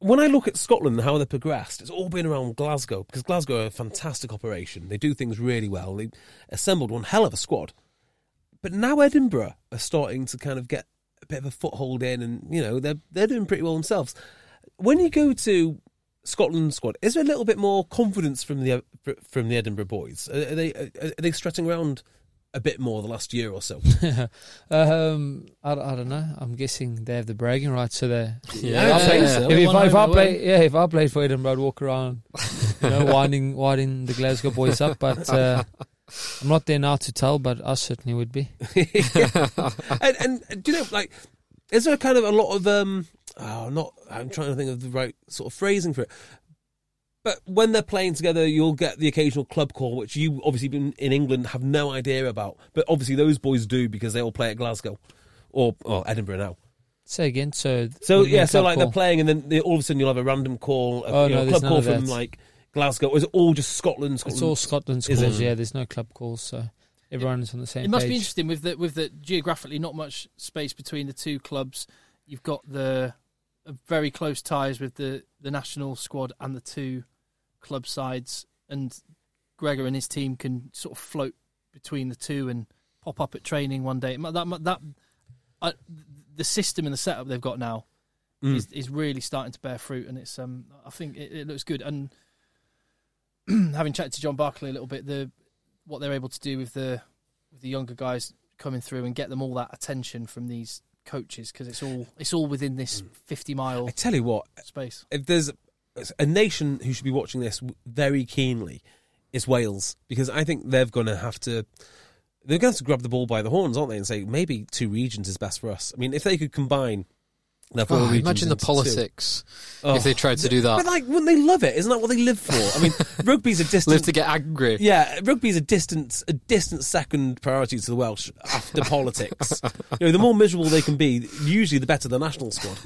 E: when I look at Scotland and how they've progressed, it's all been around Glasgow because Glasgow are a fantastic operation. They do things really well. They assembled one hell of a squad. But now Edinburgh are starting to kind of get a bit of a foothold in, and you know they're they're doing pretty well themselves. When you go to Scotland squad, is there a little bit more confidence from the uh, from the Edinburgh boys? Are are they are they strutting around a bit more the last year or so?
F: um, I, I don't know. I'm guessing they have the bragging rights, so they.
E: Yeah, I'd say so.
F: If, if, I, if I
A: One
F: play, yeah, if I played for Edinburgh, I'd walk around, you know, winding, winding the Glasgow boys up. But uh, I'm not there now to tell, but I certainly would be.
E: and, and do you know, like, is there kind of a lot of um? Oh, not. I'm trying to think of the right sort of phrasing for it. But when they're playing together, you'll get the occasional club call, which you obviously been in England have no idea about. But obviously those boys do because they all play at Glasgow or or Edinburgh now.
F: Say again. So, th-
E: So
F: what do you
E: yeah,
F: mean
E: so
F: club
E: like they're
F: call?
E: playing, and then they, all of a sudden you'll have a random call, a
F: Oh,
E: you know,
F: no, there's
E: club
F: none
E: call
F: of
E: from
F: that.
E: like Glasgow. Or is it all just Scotland? Scotland?
F: It's all Scotland's
E: Is it?
F: calls. Yeah, there's no club calls, so everyone's on the same.
A: It must
F: page.
A: be interesting with the with the geographically not much space between the two clubs. You've got the uh, very close ties with the the national squad and the two club sides, and Gregor and his team can sort of float between the two and pop up at training one day. Mu- That mu- that I, the system and the setup they've got now
E: Mm.
A: is, is really starting to bear fruit, and it's um I think it, it looks good. And having chatted to John Barkley a little bit, the what they're able to do with the with the younger guys coming through and get them all that attention from these coaches because it's all it's all within this fifty mile
E: I tell you what,
A: space.
E: if there's a nation who should be watching this very keenly, it's Wales because I think they're going to have to they're going to have to grab the ball by the horns, aren't they? And say maybe two regions is best for us. I mean, if they could combine, their four
D: Oh,
E: regions
D: imagine the
E: into two.
D: politics
E: Oh.
D: if they tried to do
E: But
D: that.
E: like, wouldn't they love it? Isn't that what they live for? I mean, rugby's a distant.
D: Live to get angry.
E: yeah, rugby's a distant, a distant second priority to the Welsh after politics. You know, the more miserable they can be, usually the better the national squad.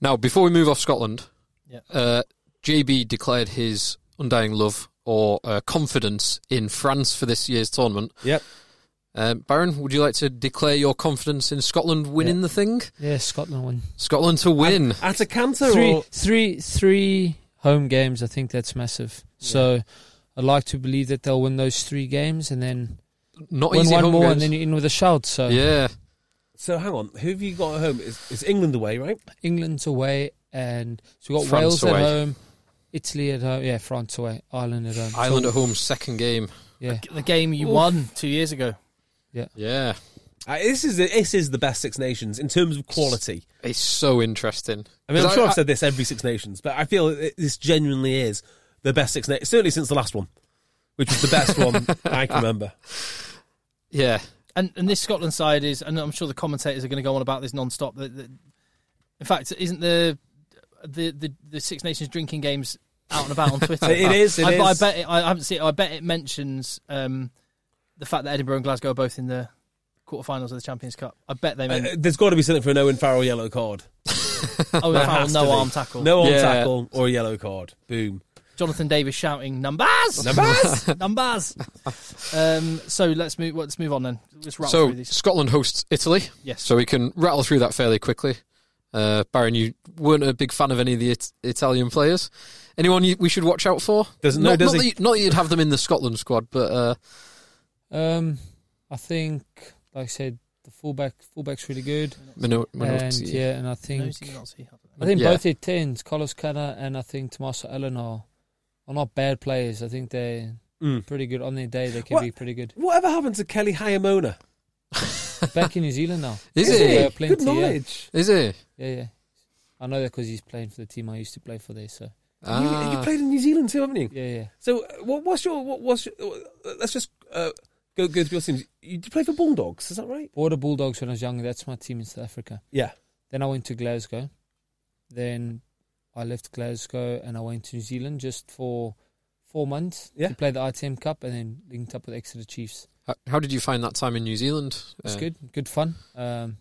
D: Now, before we move off Scotland,
A: Yeah.
D: uh, JB declared his undying love or uh, confidence in France for this year's tournament.
E: Yep.
D: Um, Baron, would you like to declare your confidence in Scotland winning the thing?
F: Yeah, Scotland win.
D: Scotland to win.
E: At a canter
F: Three,
E: or
F: three, three home games. I think that's massive. So I'd like to believe that they'll win those three games and then
D: Not
F: win
D: easy
F: one
D: home
F: more,
D: games.
F: and then uh, you're in with a shout. So
D: yeah.
E: So hang on, who have you got at home? Is, is England away, right?
F: England's away, and so we got
D: France
F: Wales
D: away.
F: at home, Italy at home. Yeah, France away, Ireland at home. So-
D: Ireland at home, second game.
F: Yeah,
A: The game you won two years ago.
D: Yeah.
E: Uh, this is the, this is the best Six Nations in terms of quality.
D: It's so interesting.
E: I mean, I'm
D: 'Cause
E: sure I, have said this every Six Nations, but I feel it, this genuinely is the best Six Nations, certainly since the last one, which was the best one I can remember.
D: Yeah.
A: And and this Scotland side is, and I'm sure the commentators are going to go on about this non-stop. That, that- in fact, isn't the the, the the Six Nations drinking games out and about on Twitter?
E: It is, it
A: I, I
E: is.
A: bet it, I haven't seen. It, I bet it mentions um, the fact that Edinburgh and Glasgow are both in the quarterfinals of the Champions Cup. I bet they
E: Uh,
A: meant.
E: there's got to be something for an Owen Farrell yellow card,
A: oh,
E: there
A: no,
E: has to
A: no
E: be.
A: arm tackle.
E: no arm
D: Yeah.
E: tackle or a yellow card. Boom.
A: Jonathan Davis shouting numbers,
E: Numbers!
A: numbers. um, so let's move. Let's move on then. Let's rattle
D: So
A: through these.
D: Scotland hosts Italy.
A: Yes.
D: So we can rattle through that fairly quickly. Uh, Baron, you weren't a big fan of any of the it- Italian players. Anyone you, we should watch out for?
E: Doesn't- no,
D: not,
E: does
D: not,
E: he-
D: that you, not that you'd have them in the Scotland squad, but uh,
F: um, I think, like I said, the fullback fullback's really good,
D: Mino,
F: and
D: Minotti.
F: yeah, and I
A: No,
F: think
A: see, not see. I don't know.
F: I think
D: Yeah.
F: both their tens, Carlos Cana and I think Tommaso Allen are, are not bad players. I think they're
D: Hmm.
E: Mm.
F: pretty good on their day. They can
E: What-
F: be pretty good.
E: Whatever happened to Kelly Hayamona?
F: Back in New Zealand now.
D: Is
F: He's
D: he?
F: got
E: Good
F: yeah.
E: knowledge.
D: Is he?
F: Yeah, yeah. I know that because he's playing for the team I used to play for there. So
D: Ah.
E: You, you played in New Zealand too, haven't you?
F: yeah, yeah.
E: So, uh, what, what's your what, what's your, uh, let's just uh, go go through your teams. You, you play for Bulldogs, is that right?
F: Border Bulldogs when I was younger. That's my team in South Africa.
E: Yeah.
F: Then I went to Glasgow. Then I left Glasgow and I went to New Zealand just for four months
E: Yeah.
F: to play the ITM Cup and then linked up with Exeter Chiefs.
D: How, how did you find that time in New Zealand?
F: It was
D: Uh,
F: good, good fun. Um,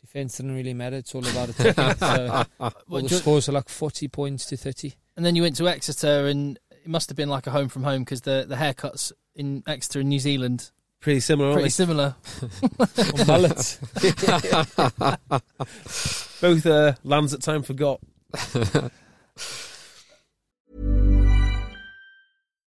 F: defense didn't really matter. It's all about attacking. so all
A: Well,
F: the
A: ju-
F: scores are like forty points to thirty.
A: And then you went to Exeter, and it must have been like a home from home because the, the haircuts in Exeter in New Zealand
E: Pretty similar,
A: pretty similar.
F: Or mullets.
E: Both uh, lands at time forgot.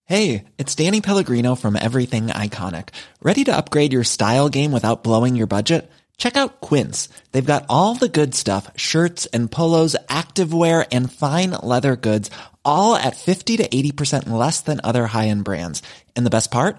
G: Hey, it's Danny Pellegrino from Everything Iconic. Ready to upgrade your style game without blowing your budget? Check out Quince. They've got all the good stuff, shirts and polos, activewear and fine leather goods, all at 50 to 80% less than other high-end brands. And the best part?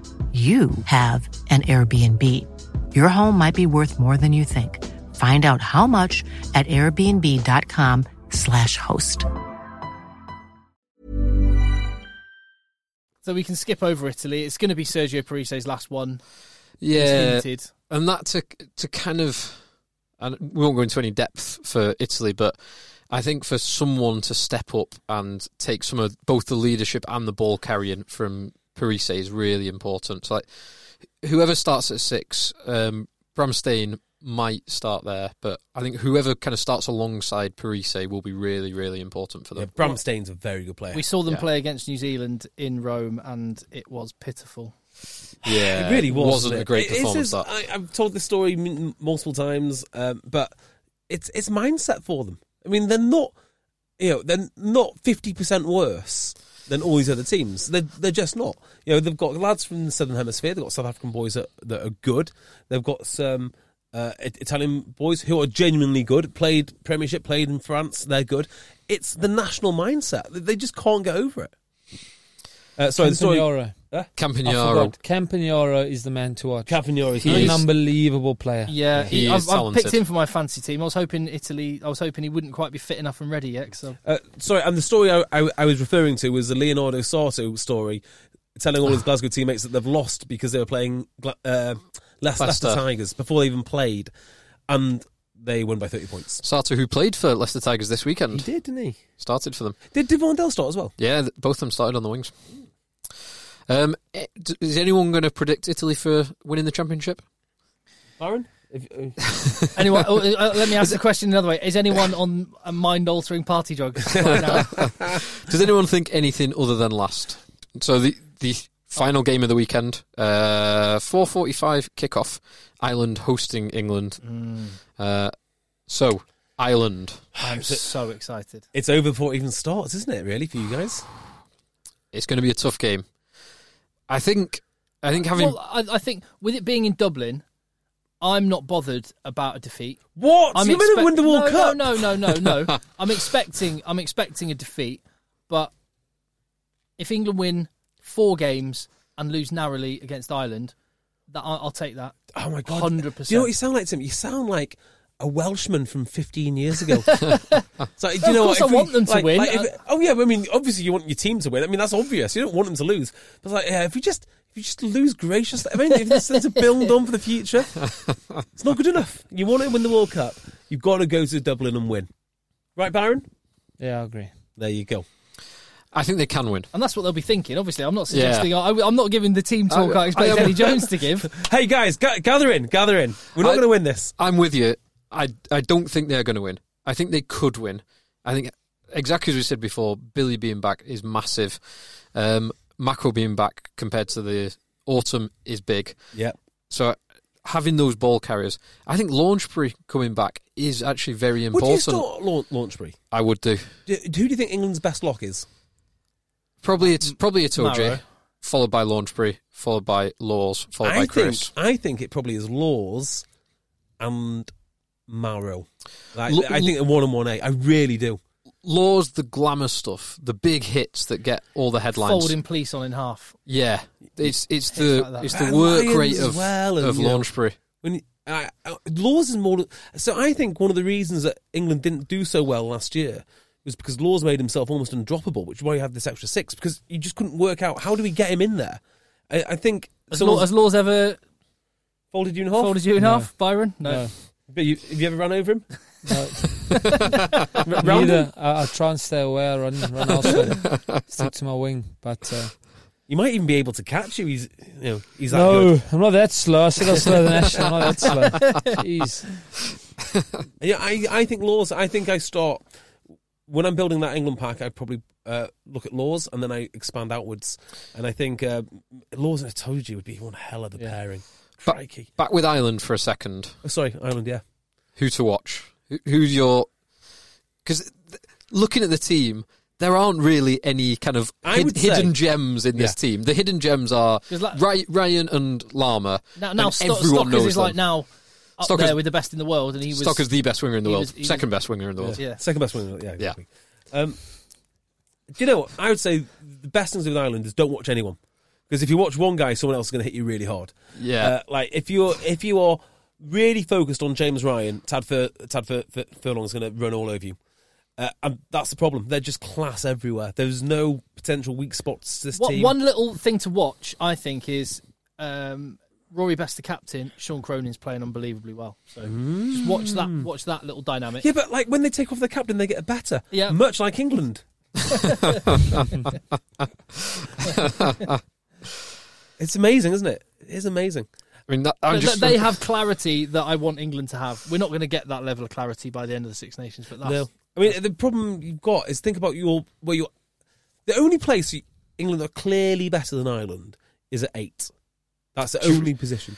H: you have an Airbnb. Your home might be worth more than you think. Find out how much at airbnb.com/slash host.
A: So we can skip over Italy. It's going to be Sergio Parise's last one. He's
D: yeah.
A: hinted.
D: and that to to kind of and we won't go into any depth for Italy, but I think for someone to step up and take some of both the leadership and the ball carrying from Parise is really important. So like whoever starts at six, um, Bramstein might start there, but I think whoever kind of starts alongside Parise will be really, really important for them.
E: Yeah, Bramstein's a very good player.
A: We saw them play against New Zealand in Rome, and it was pitiful.
D: Yeah,
E: it really was,
D: Uh, wasn't
E: wasn't
D: a great
E: it? It is-
D: performance. that
E: I, I've told this story m- multiple times, um, but it's it's mindset for them. I mean, they're not, you know, they're not fifty percent worse than all these other teams. They're they're just not. You know, they've got lads from the southern hemisphere. They've got South African boys that, that are good. They've got some. Uh, I- Italian boys who are genuinely good, played Premiership, played in France, they're good. It's the national mindset. They- They just can't get over it. Uh, sorry, the story.
F: Campagnaro.
E: Huh?
F: I
D: Campagnaro.
F: forgot. Campagnaro is the man to watch.
E: Cavagnaro is
F: He's
D: He
F: an
D: is-
F: unbelievable player.
A: Yeah,
D: He
A: I've,
D: is
A: I've picked
D: talented.
A: him for my fantasy team. I was hoping Italy. I was hoping he wouldn't quite be fit enough and ready yet. So
E: Uh, sorry, and the story I, I, I was referring to was the Leonardo Sarto story, telling all his Glasgow teammates that they've lost because they were playing Gla- uh, Leicester,
D: Leicester.
E: Leicester Tigers before they even played, and they won by thirty points.
D: Sato, who played for Leicester Tigers this weekend,
E: did, didn't he?
D: started for them.
E: Did Devon Dell start as well?
D: Yeah, th- both of them started on the wings. Um, eh, d- is anyone going to predict Italy for winning the championship?
E: Aaron, if,
A: anyway, oh, uh, let me ask the question another way: Is anyone on a mind-altering party drug right now?
D: Does anyone think anything other than last? So the the final game of the weekend, uh, four forty five kickoff, Ireland hosting England. Uh, so Ireland,
A: I'm so excited.
E: it's over before it even starts, isn't it? Really for you guys?
D: it's going to be a tough game. I think. I think having
A: well, I, I think with it being in Dublin, I'm not bothered about a defeat.
E: What?
A: I'm
E: You've been
A: expect-
E: in the World
A: no,
E: Cup.
A: No, no, no, no, no. I'm expecting. I'm expecting a defeat, but if England win four games and lose narrowly against Ireland, that I, I'll take that.
E: Oh my god! Do you know
A: 100%.
E: what you sound like, Tim? You sound like a Welshman from 15 years ago. so, do you know
A: course
E: what? If
A: I want them to
E: like-
A: win.
E: like, if
A: I-
E: it- oh yeah, but I mean, obviously you want your team to win. I mean, that's obvious. You don't want them to lose. But it's like, yeah, if we just if you just lose graciously, I mean, if this is to build on for the future, it's not good enough. You want to win the World Cup, you've got to go to Dublin and win. Right, Baron?
F: Yeah, I agree.
E: There you go.
D: I think they can win.
A: And that's what they'll be thinking. Obviously, I'm not
D: Yeah.
A: suggesting. I, I'm not giving the team talk I,
D: I-
A: expect
D: I am-
A: Eddie Jones to give.
E: Hey guys, ga- gather in, gather in. We're not
D: I-
E: going to win this.
D: I'm with you. I I don't think they're going to win. I think they could win. I think exactly as we said before, Billy being back is massive. Um, Mako being back compared to the autumn is big.
E: Yeah.
D: So having those ball carriers, I think Launchbury coming back is actually very
E: Would you
D: important.
E: start Laun- Launchbury?
D: I would do.
E: Do- Who do you think England's best lock is?
D: Probably
E: Mm,
D: it's probably it's OJ,
A: Maro.
D: followed by Launchbury, followed by Laws, followed by Chris.
E: Think, I think it probably is Laws and Marrow. Like,
D: Look-
E: I think a one on one eight. I really do.
D: Laws the glamour stuff, the big hits that get all the headlines.
A: Folding police on in half.
D: Yeah, it's
A: Hits
D: it's the
A: like that.
D: it's the
E: And
D: work
E: Lions
D: rate
E: as
D: of
E: well, and,
D: of
E: you know.
D: Launchbury.
E: When you- I I- Laws is more. So I think one of the reasons that England didn't do so well last year was because Laws made himself almost undroppable, which is why you have this extra six because you just couldn't work out how do we get him in there. I, I think
A: Has,
E: someone
A: Law, has Laws ever
E: folded you in half.
A: folded you in
F: No.
A: half, Byron?
F: No,
E: But you, have you ever run over him?
F: no,
E: R- round him?
F: neither. I, I try and stay away. I run, run elsewhere. Stick to my wing, but uh,
E: You might even be able to catch you. He's you know he's that good.
F: no, I'm not that slow. I said I was slower than Ashton. I'm not that slow. Jeez.
E: Yeah, I, I think laws. I think I start when I'm building that England pack. I probably uh, look at laws and then I expand outwards. And I think uh, laws and I told you would be one hell of a
F: Yeah.
E: pairing.
D: But-
E: Crikey!
D: Back with Ireland for a second.
E: Oh, sorry, Ireland. Yeah,
D: Who to watch? Who, who's your? Because th- looking at the team, there aren't really any kind of
E: I
D: hid-
E: would say-
D: hidden gems in this
E: Yeah.
D: team. The hidden gems are
A: 'Cause like-
D: Ry- Ryan and Lama.
A: Now, now
D: and
A: Sto-
D: everyone
A: Stockers
D: knows
A: is like
D: them.
A: now up
D: Stockers-
A: there with the best in the world, and he was
D: Stocker's the best winger in the
A: he
D: world,
A: was- he was-
D: second best winger in the world.
A: Yeah.
E: second best one. Yeah, exactly. Um, do you know? what? I would say the best things with Ireland is don't watch anyone because if you watch one guy, someone else is going to hit you really hard.
D: Yeah.
E: Uh, like if you're if you are really focused on James Ryan, Tad Fur, Tad Fur, Fur, Furlong's going to run all over you. Uh, and that's the problem. They're just class everywhere. There's no potential weak spots to this
A: What,
E: team.
A: one little thing to watch, I think, is um, Rory Best, the captain. Sean Cronin's playing unbelievably well. So just watch that.
D: Mm.
A: Watch that little dynamic.
E: Yeah, but like when they take off the captain, they get a better.
A: Yeah.
E: Much like England. it's amazing, isn't it? It is amazing.
D: I mean, that, I'm
A: But
D: just
A: they have clarity that I want England to have. We're not going to get that level of clarity by the end of the Six Nations, but that's uh,
E: No. I mean, the problem you've got is think about your where your the only place you, England are clearly better than Ireland is at eight. That's the only position.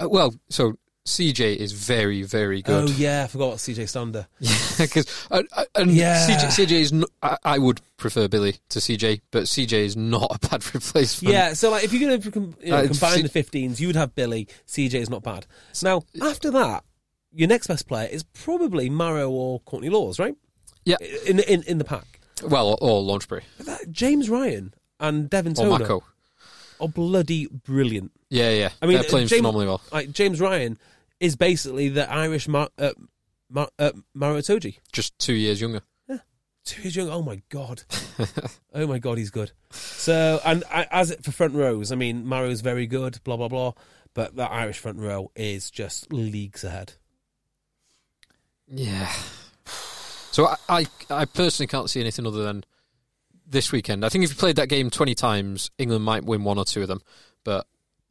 D: Uh, well, so CJ is very, very good.
E: Oh yeah, I forgot what CJ Stander.
D: because uh, and
E: Yeah.
D: CJ, CJ is. n I I I would prefer Billy to CJ, but CJ is not a bad replacement.
E: Yeah, so like if you're going to you know,
D: Uh,
E: combine
D: C-
E: the 15s, you would have Billy. CJ is not bad. Now after that, your next best player is probably Mario or Courtney Laws, right?
D: Yeah.
E: in in, in the pack.
D: Well, or Launchbury
E: But that, James Ryan and Devin
D: or
E: Toner
D: Mako.
E: are bloody brilliant.
D: Yeah, yeah.
E: I mean,
D: they're playing
E: James,
D: phenomenally well.
E: Like James Ryan is basically the Irish Mar- uh, Mar- uh, Mario Toji.
D: Just two years younger.
E: Two years young. Oh my god. oh my god, he's good. So, and I, as it- for front rows, I mean, Mario's very good. Blah blah blah. But that Irish front row is just leagues ahead.
D: Yeah. So I, I, I personally can't see anything other than this weekend. I think if you played that game twenty times, England might win one or two of them. But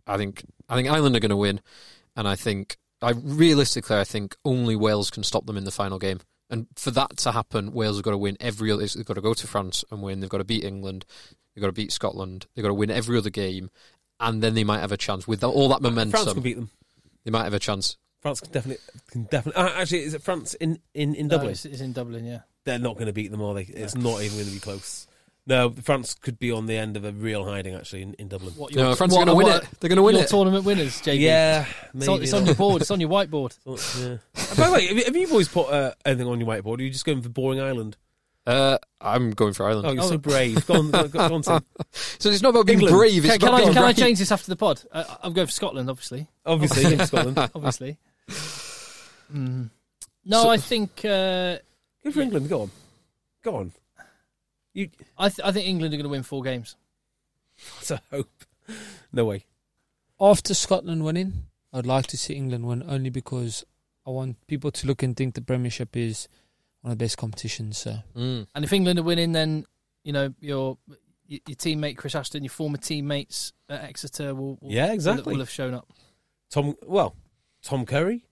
D: I think I think Ireland are going to win, and I think I realistically I think only Wales can stop them in the final game. And for that to happen, Wales have got to win every other. They've got to go to France and win. They've got to beat England. They've got to beat Scotland. They've got to win every other game, and then they might have a chance with all that
E: France can
D: momentum.
E: beat them.
D: they might have a chance.
E: France can definitely can definitely. Uh, actually, is it France in in in
A: No,
E: Dublin?
A: it's, it's in Dublin, yeah.
E: They're not going to beat them, are they? It's not even going to be close. No, France could be on the end of a real hiding actually in, in Dublin.
A: What,
D: No, France are going to win it. They're going to win
A: your
D: it.
A: tournament winners, JB.
E: Yeah,
A: it's on,
E: maybe
A: it's on
E: not.
A: your board. It's on your whiteboard.
E: Oh, yeah. By the way, have you- have you always put uh, anything on your whiteboard? Are you just going for boring Ireland?
D: Uh, I'm going for Ireland.
E: Oh, you're so brave. Go on, go, go on Tim.
D: So it's not about being
E: England.
D: brave. It's
A: Can, can
D: about
A: I,
D: being
A: can I
D: brave.
A: change this after the pod? Uh, I'm going for Scotland, obviously.
E: Obviously, in Scotland.
A: Obviously. Mm. No,
D: So-
A: I think uh,
E: Go for England. Go on. Go on. You,
A: I, th- I think England are going to win four games.
E: that's a hope. No way.
F: After Scotland winning, I'd like to see England win only because I want people to look and think the Premiership is one of the best competitions. So
D: Mm.
A: And if England are winning, then you know your your teammate Chris Ashton, your former teammates at Exeter will, will
E: Yeah, exactly.
A: will, will have shown up.
E: Tom. Well, Tom Curry.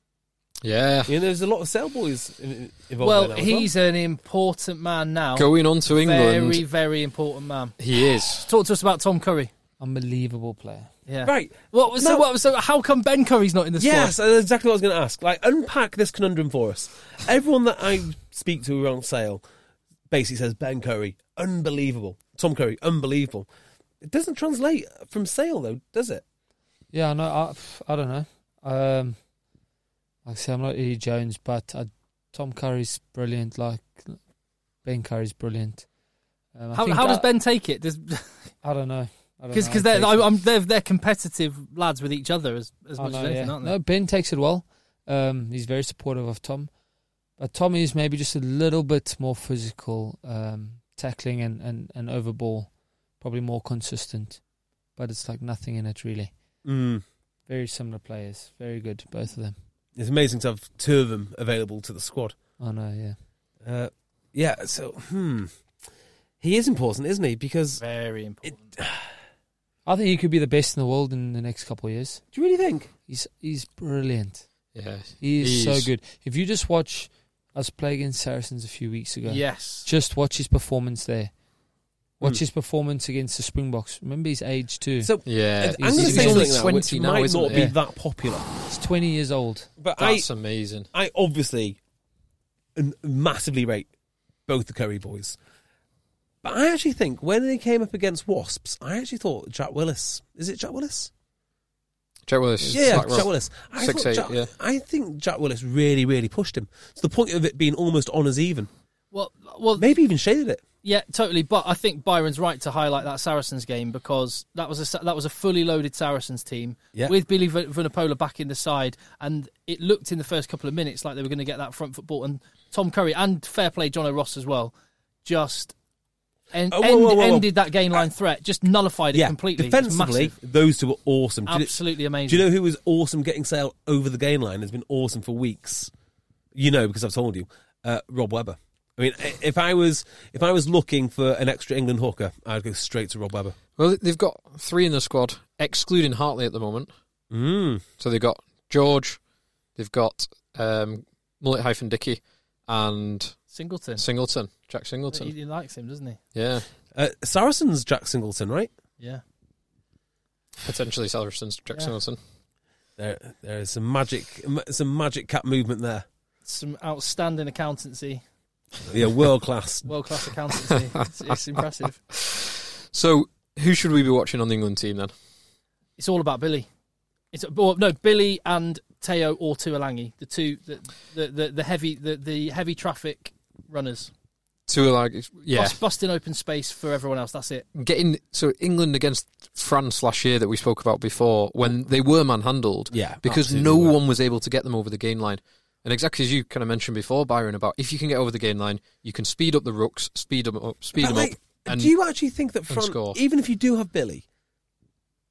D: Yeah.
E: You know, there's a lot of cell boys in- in- involved.
A: Well,
E: there now as
A: he's an important man now.
D: Going on to England.
A: Very, very important man.
D: He is.
A: Talk to us about Tom Curry.
F: unbelievable player.
A: Yeah.
E: right.
A: What was so?
E: No.
A: What was so? How come Ben Curry's not in the
E: Yes,
A: squad?
E: that's exactly what I was going to ask. Like, unpack this conundrum for us. Everyone that I speak to around sale basically says Ben Curry, unbelievable. Tom Curry, unbelievable. It doesn't translate from sale though, does it?
F: Yeah, no, I, pff, I don't know. Um, like I say, I'm not Eddie Jones, but I, Tom Curry's brilliant. Like Ben Curry's brilliant. Um, I
A: How,
F: think
A: how
F: I,
A: does Ben take it?
F: I don't know.
A: Because they're, I- I'm- they're they're competitive lads with each other as, as
F: I
A: much
F: know,
A: as anything,
F: yeah.
A: aren't they?
F: No, Ben takes it well. Um, he's very supportive of Tom. But Tom is maybe just a little bit more physical, um, tackling and, and, and over ball, probably more consistent. But it's like nothing in it really.
D: Hmm.
E: Mm.
F: Very similar players, very good, both of them.
E: It's amazing to have two of them available to the squad.
F: I know, yeah.
E: Uh, yeah, so hmm, he is important, isn't he? Because
A: Very important.
F: I think he could be the best in the world in the next couple of years.
E: do you really think?
F: He's he's brilliant.
D: Yeah.
F: He is
D: He
F: so
D: is.
F: good. If you just watch us play against Saracens a few weeks ago,
A: Yes.
F: just watch his performance there. Watch
E: Hmm.
F: his performance against the Springboks. Remember his age too.
E: So
D: Yeah.
E: I'm going to
D: He's-
E: say
D: he's only
E: something now, which
D: 20 now,
E: might
D: isn't
E: not
D: he?
E: be
F: Yeah.
E: that popular,
F: He's 20 years old.
E: but I
D: That's amazing.
E: I obviously n- massively rate both the Curry boys. But I actually think when they came up against Wasps, I actually thought Jack Willis. Is it Jack Willis?
D: Jack Willis.
E: yeah,
D: Black
E: Jack
D: Rock.
E: Willis. I,
D: Six,
E: thought
D: eight,
E: Jack-
D: yeah.
E: I think Jack Willis really, really pushed him to the point of it being almost honours even.
A: Well, well,
E: Maybe even shaded it.
A: yeah, totally. But I think Byron's right to highlight that Saracens game because that was a Sa- that was a fully loaded Saracens team
E: Yeah.
A: with Billy V- Vunipola back in the side, and it looked in the first couple of minutes like they were going to get that front football. And Tom Curry and fair play John O'Ross as well, just en-
E: Oh, whoa, whoa,
A: end-
E: whoa, whoa.
A: ended that game line threat, just nullified it
E: yeah,
A: completely. It was
E: defensively,
A: massive.
E: those two were awesome. Do you-
A: absolutely amazing.
E: Do you know who was awesome getting sale over the game line? Has been awesome for weeks. You know because I've told you, uh, Rob Webber. I mean, i- if I was if I was looking for an extra England hooker, I'd go straight to Rob Webber.
D: Well, they've got three in the squad, excluding Hartley at the moment.
E: Mm.
D: So they've got George, they've got um, Mullet hyphen Dicky, and
A: Singleton.
D: Singleton, Jack Singleton.
A: He, he likes him, doesn't he?
D: Yeah.
E: Uh, Saracen's Jack Singleton, right?
A: Yeah.
D: Potentially Saracen's Jack
A: Yeah.
D: Singleton.
E: There, there is some magic, m- some magic cat movement there.
A: Some outstanding accountancy,
E: Yeah, world class.
A: world class accountancy. it's, it's impressive.
D: So who should we be watching on the England team then?
A: It's all about Billy. It's well, no Billy and Teo or Tuolangi, the two the the, the, the heavy the, the heavy traffic runners.
D: To like, yeah,
A: Bust- busting open space for everyone else. That's it.
D: getting so England against France last year that we spoke about before when they were manhandled.
E: Yeah,
D: because
E: absolutely
D: no
E: were.
D: one was able to get them over the gain line. And exactly as you kind of mentioned before, Byron, about if you can get over the gain line, you can speed up the rooks, speed them up, speed
E: But,
D: them
E: like,
D: up, and
E: do you actually think that
D: and
E: France,
D: score.
E: even if you do have Billy,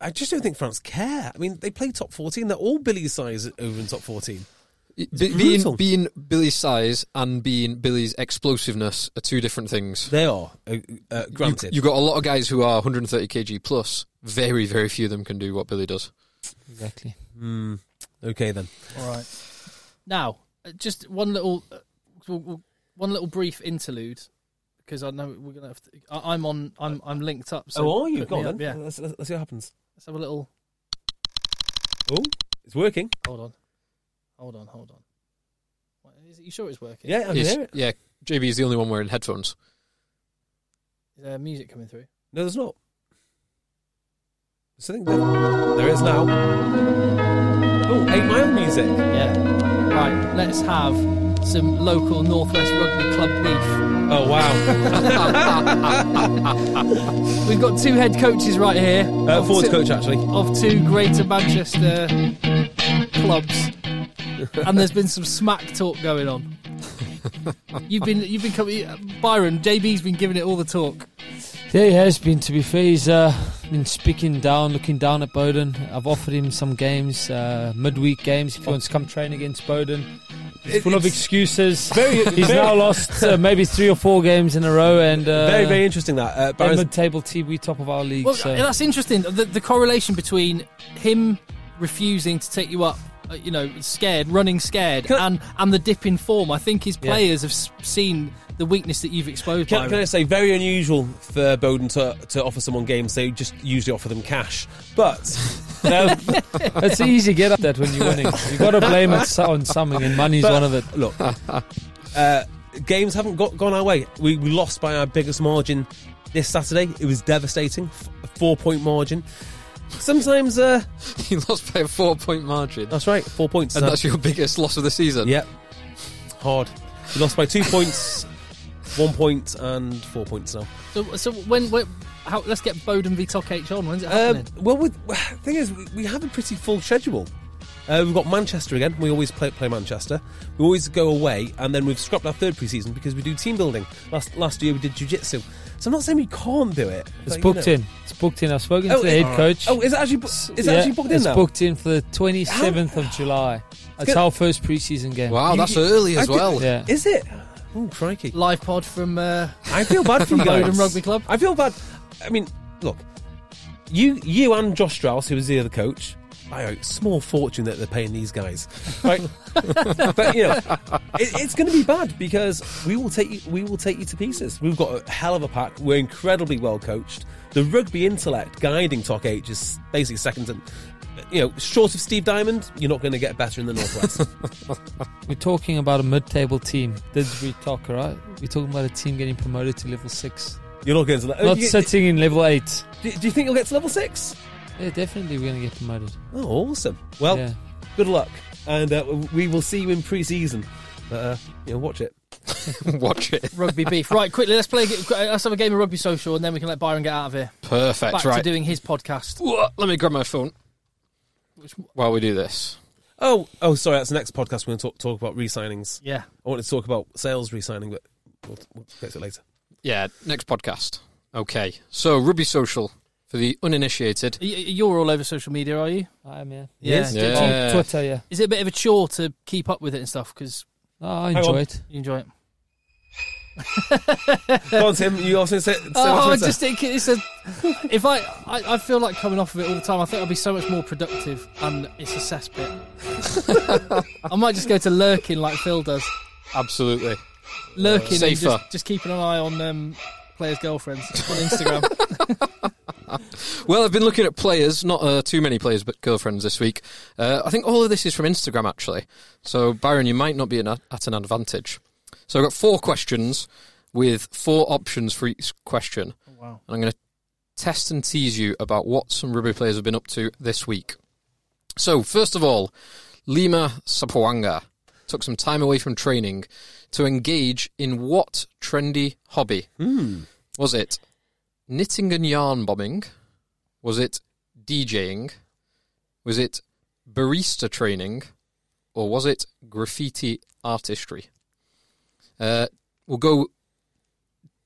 E: I just don't think France care. I mean, they play top fourteen; they're all Billy's size over in top fourteen.
D: be-
E: brutal.
D: being being Billy's size and being Billy's explosiveness are two different things.
E: They are uh, uh, granted.
D: You, have got a lot of guys who are 130 kg plus. Very, very few of them can do what Billy does.
F: Exactly.
E: Mm, okay then.
A: All right. Now, uh, just one little, uh, we'll- we'll- one little brief interlude, because I know we're gonna have to. I, I'm on. I'm I'm linked up. So
E: oh, are you?
A: put
E: Go
A: me
E: on
A: up,
E: then.
A: Yeah.
E: Let's, let's, let's see what happens.
A: Let's have a little.
E: Oh, it's working.
A: Hold on. Hold on. Hold on. What, is it, you sure it's working?
E: Yeah, I can
D: Yes,
E: hear it.
D: yeah, JB is the only one wearing headphones.
A: Is there music coming through?
E: No, there's not. There's something there. There is now. Oh, eight mile music.
A: Yeah. Right. Let's have some local Northwest Rugby Club beef.
E: Oh wow.
A: We've got two head coaches right here.
E: Uh,
A: of
E: forwards
A: two-
E: coach actually.
A: of two Greater Manchester clubs, and there's been some smack talk going on. You've been you've been coming, Byron. JB's been giving it all the talk.
F: Yeah, he has been. To be fair, he's uh, been speaking down, looking down at Bowden. I've offered him some games, uh, midweek games, if he wants to come train against Bowden. He's
E: It-
F: full of
E: it's
F: excuses.
E: very-
F: he's
E: very-
F: now lost uh, maybe three or four games in a row, and uh,
E: very very interesting that. Uh,
F: they're
E: Barron's-
F: mid-table team, we top of our league.
A: Well,
F: so.
A: that's interesting. The, the correlation between him refusing to take you up, uh, you know, scared, running scared,
E: Can I-
A: and and the dip in form. I think his
F: Yeah.
A: players have s- seen the weakness that you've exposed.
E: Can,
A: Byron.
E: can I say very unusual for Bowden to, to offer someone games? They just usually offer them cash. But um,
F: It's an easy get up that when you're winning. You've got to blame it so- on something, and money's
E: But-
F: one of it.
E: look, uh, games haven't got, gone our way. We, we lost by our biggest margin this Saturday. It was devastating, F- a four point margin. Sometimes, uh,
D: he lost by a four point margin.
E: that's right, four points.
D: and
E: Uh,
D: that's your biggest loss of the season.
E: Yep. Hard. We lost by two points, one point, and four points now.
A: so, so when, when how, let's get Bowden v Toc H on. When's it
E: Um,
A: happening?
E: well, with, thing is, we, we have a pretty full schedule. Uh, we've got Manchester again. We always play, play Manchester. We always go away, and then we've scrapped our third pre-season because we do team building. Last last year we did jiu-jitsu. So I'm not saying we can't do it. but,
F: It's
E: you
F: booked
E: know.
F: in. It's booked in. I've spoken
E: Oh,
F: to the
E: it-
F: head coach.
E: Oh, is it actually bo- is it
F: Yeah,
E: actually booked in
F: It's
E: now?
F: booked in for the 27th of July. It's
E: gonna-
F: our first preseason game.
D: Wow,
E: You-
D: Oh, that's
E: you-
D: early
E: I
D: as
E: did-
D: well.
F: Yeah.
E: Is it? Oh crikey!
A: Live pod from uh,
E: I feel bad for you guys.
A: Bowden Rugby Club.
E: I feel bad. I mean, look, you you and Josh Strauss, who was the other coach, I owe small fortune that they're paying these guys, right? but you know, it, it's going to be bad because we will take you we will take you to pieces. We've got a hell of a pack. We're incredibly well coached. The rugby intellect guiding Talk H is basically second to. You know, short of Steve Diamond, you're not going to get better in the northwest.
F: We're talking about a mid-table team. Did we talk, right? We're talking about a team getting promoted to level six,
E: you're not going to.
A: Oh,
F: not
E: you-
F: sitting in level eight.
E: do, do you think you'll get to level six?
F: Yeah, definitely we're going to get promoted.
E: Oh, awesome! Well,
F: yeah.
E: good luck, and uh, we will see you in pre-season. But uh, you know, watch it.
D: Watch it.
A: rugby beef. Right, quickly, let's play. Let's have a game of rugby social, and then we can let Byron get out of here.
D: Perfect,
A: Back to
D: right.
A: doing his podcast.
D: Wha- Let me grab my phone while we do this.
E: Oh, oh, sorry, that's the next podcast. We're going to talk, talk about re-signings.
A: Yeah,
E: I wanted to talk about sales re-signing, but we'll, we'll get to it later.
D: Yeah, next podcast. Okay, so Ruby Social for the uninitiated.
A: Y- y- you're all over social media, are you?
F: I am, yeah.
E: Yes.
A: Yeah.
D: Yeah.
F: On Twitter, yeah.
A: Is it a bit of a chore to keep up with it and stuff? Because
F: No, I
E: Hang on.
F: enjoy it.
A: you enjoy it.
E: Go on, Tim. You also said. say what's
A: oh, I
E: better.
A: just think it's a. If I, I, I feel like coming off of it all the time. I think I'd be so much more productive, and it's a cesspit. I might just go to lurking like Phil does.
D: Absolutely.
A: Lurking, and
D: Safer.
A: just, just keeping an eye on um, players' girlfriends on Instagram.
D: Well, I've been looking at players, not uh, too many players, but girlfriends this week. Uh, I think all of this is from Instagram, actually. So, Byron, you might not be in a, at an advantage. So, I've got four questions with four options for each question.
A: wow.
D: And I'm going to test and tease you about what some rugby players have been up to this week. So, first of all, Lima Sapoanga took some time away from training to engage in what trendy hobby? Was it knitting and yarn bombing? Was it DJing? Was it barista training? Or was it graffiti artistry? Uh, we'll go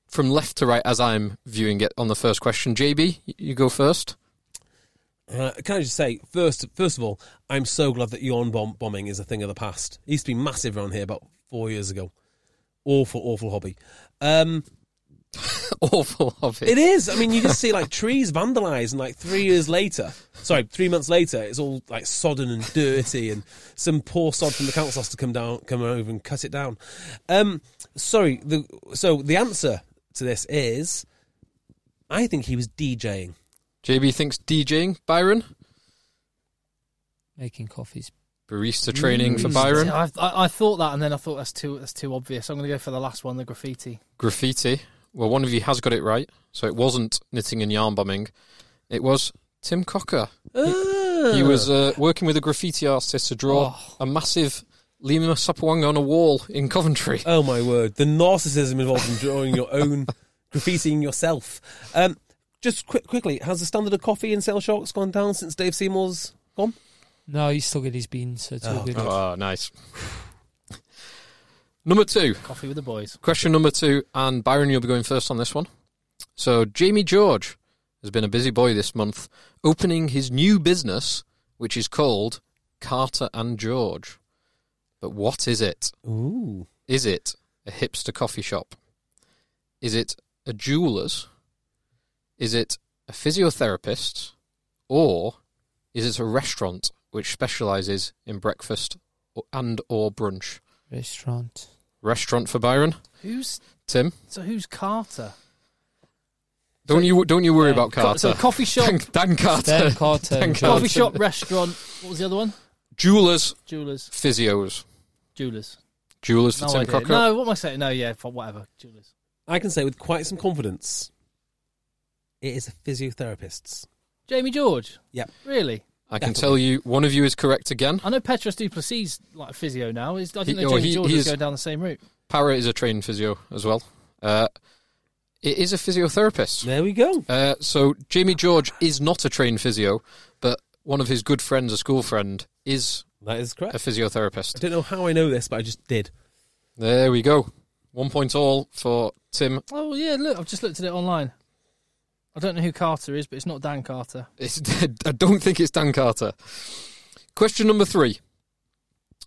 D: from left to right as I'm viewing it on the first question. JB, y- you go first.
E: Uh, can I just say, first, first of all, I'm so glad that yawn bomb- bombing is a thing of the past. It used to be massive around here about four years ago. Awful, awful hobby. Um,
D: Awful hobby.
E: it is. I mean, you just see like trees vandalised, and like three years later, sorry, three months later, it's all like sodden and dirty, and some poor sod from the council has to come down, come over and cut it down. Um, sorry. The, so the answer to this is, I think he was DJing.
D: JB thinks DJing. Byron,
F: Making coffees.
D: barista training for
A: Mm.
D: Byron.
A: I, I, I thought that, and then I thought that's too that's too obvious. I'm going to go for the last one, the graffiti.
D: Graffiti. Well, one of you has got it right. So it wasn't knitting and yarn bombing. It was Tim Cocker. He
E: Ah.
D: was uh, working with a graffiti artist to draw a massive Lima Sapawanga on a wall in Coventry.
E: Oh my word! The narcissism involved in drawing your own, graffitiing yourself. Um, just quick, quickly, has the standard of coffee in Sale Sharks gone down since Dave Seymour's gone?
F: No, you still get his beans, so it's all good.
D: Oh, nice. Number two.
A: Coffee with the boys.
D: Question number two, and Byron, you'll be going first on this one. So, Jamie George has been a busy boy this month, opening his new business, which is called Carter and George. But what is it?
E: Ooh,
D: Is it a hipster coffee shop? Is it a jeweler's? Is it a physiotherapist? Or is it a restaurant which specialises in breakfast and or brunch?
F: Restaurant.
D: Restaurant for Byron,
A: Who's
D: Tim.
A: so? Who's Carter?
D: Don't you don't you worry
F: Yeah.
D: about
A: Co-
D: Carter.
A: so coffee shop-
D: Dan, Dan Carter,
F: Dan Carter.
D: Dan
F: Carter.
A: Coffee shop, restaurant. What was the other one?
D: jewelers,
A: Jewelers.
D: physios,
A: Jewelers.
D: jewelers for
A: No
D: Tim
A: idea.
D: Cocker.
A: No, what am I saying? No, yeah, for whatever. Jewelers.
E: I can say with quite some confidence, it is a physiotherapist's.
A: Jamie George.
E: Yep.
A: Really?
D: I can tell you, one of you is correct again.
A: I know Petros Duplessis like a physio now. Is I
D: He-
A: didn't
D: oh,
A: know Jamie
D: he-
A: George
D: he
A: was
D: is-
A: going down the same route.
D: Para is a trained physio as well. Uh, it is a physiotherapist.
E: There we go.
D: Uh, so Jamie George is not a trained physio, but one of his good friends, a school friend, is
E: That is
D: a
E: correct. I
D: physiotherapist.
E: don't know how I know this, but I just did.
D: There we go. One point all for Tim.
A: Oh yeah, look, I've just looked at it online. I don't know who Carter is, but it's not Dan Carter.
D: It's, I don't think it's Dan Carter. Question number three.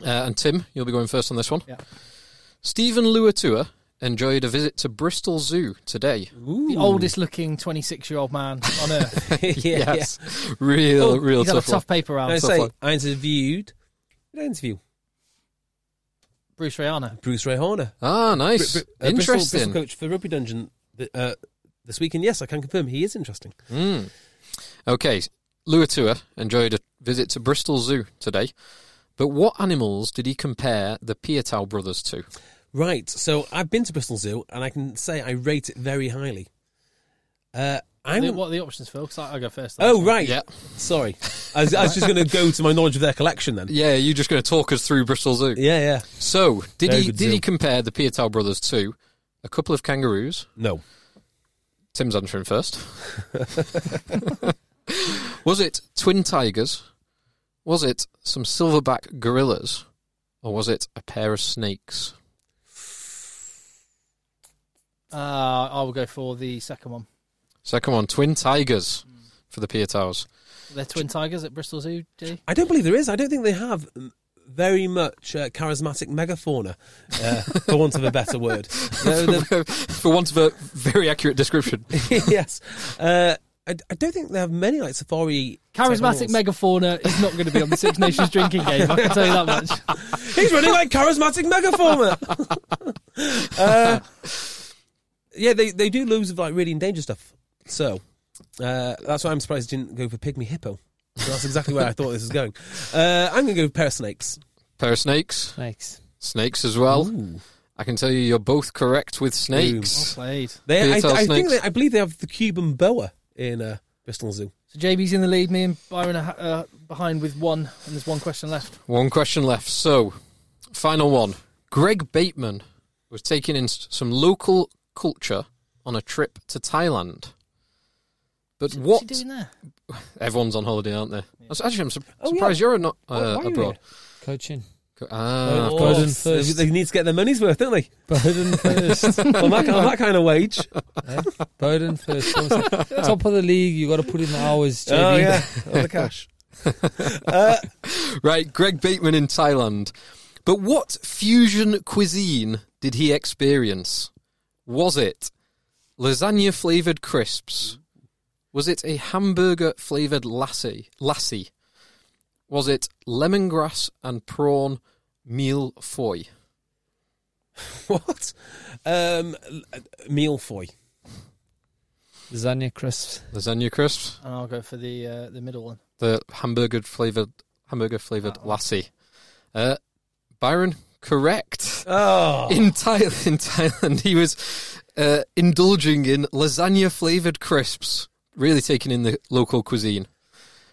D: Uh, and Tim, you'll be going first on this one.
A: Yeah.
D: Stephen Luatua enjoyed a visit to Bristol Zoo today.
A: The oldest looking 26 year old man on earth.
E: yeah, yeah.
D: yes. Real,
A: Oh,
D: real
A: He's had a
D: tough,
A: tough paper
E: Can I
A: round.
D: Nice. tough
E: say
D: one.
E: I interviewed? Did I interview
A: Bruce Rayana.
E: Bruce Rayhorner?
D: one. Ah, nice.
E: Br- Br- uh, Bristol-
D: Interesting.
E: Bristol coach for Rugby Dungeon th- uh, this week, and yes, I can confirm he is interesting.
D: Mm. Okay, Luatua enjoyed a visit to Bristol Zoo today. But what animals did he compare the Piatow brothers to?
E: Right. So I've been to Bristol Zoo, and I can say I rate it very highly. Uh, I'm.
A: What are the options, Phil? 'Cause I- I'll go first.
E: Oh right.
D: Yeah.
E: Sorry. I was, I was just going to go to my knowledge of their collection then.
D: Yeah, you're just going to talk us through Bristol Zoo.
E: Yeah. Yeah.
D: So, did
E: Very
D: he
E: good
D: did he
E: zoom.
D: compare the Piatow brothers to a couple of kangaroos?
E: No.
D: Tim's answering first. was it twin tigers? Was it some silverback gorillas? Or was it a pair of snakes?
A: Uh, I will go for the second one.
D: Second one, twin tigers for the Piatows.
A: They're twin tigers at Bristol Zoo, G.
E: I don't believe there is. I don't think they have um, very much uh, charismatic megafauna, uh, for want of a better word. They're- they're-
D: for want of a very accurate description.
E: yes. Uh, I, I don't think they have many like safari.
A: Charismatic
E: megafauna.
A: megafauna is not going to be on the Six Nations drinking game. I can tell you that much.
E: He's running like charismatic megafauna. uh, yeah, they, they do lose of like really endangered stuff. So uh, that's why I'm surprised you didn't go for pygmy hippo. So that's exactly where I thought this was going. Uh, I'm going to go with pair of snakes.
D: Pair of snakes,
F: Snakes.
D: snakes as well. I can tell you, you're both correct with
A: Well
D: snakes.
A: played.
E: They, I,
D: Can you tell
E: I think
D: snakes?
E: they, I believe they have the Cuban boa in uh, Bristol Zoo.
A: So JB's in the lead. Me and Byron are ha- uh, behind with one, and there's one question left.
D: One question left. So, final one. Greg Bateman was taking in s- some local culture on a trip to Thailand. But
A: What's
D: what?
A: he doing there?
D: Everyone's on holiday, aren't they? I was- Actually, I'm su-
E: Oh, yeah.
D: surprised you're not
E: Why-
D: uh,
E: why are you
D: abroad.
F: Coaching.
A: Uh,
D: Ah,
F: Oh. Bowden
E: they,
F: first.
E: they need to get their money's worth, don't they?
F: Bowden first.
E: on, that, on that kind of wage.
F: eh? Bowden first. Top of the league. you got to put in the hours, JB.
E: Oh, yeah. All the cash. uh,
D: right, Greg Bateman in Thailand. But what fusion cuisine did he experience? Was it lasagna flavored crisps? Was it a hamburger flavored lassie? Lassie? Was it lemongrass and prawn meal foy?
E: What? Um, l- uh, meal foy.
F: Lasagna crisps.
D: Lasagna crisps,
A: And I'll go for the uh, the middle one.
D: the hamburger flavored hamburger flavored lassie. Uh, Byron, correct.
E: Oh,
D: in Thailand, in Thailand, he was uh, indulging in lasagna flavored crisps, really taking in the local cuisine,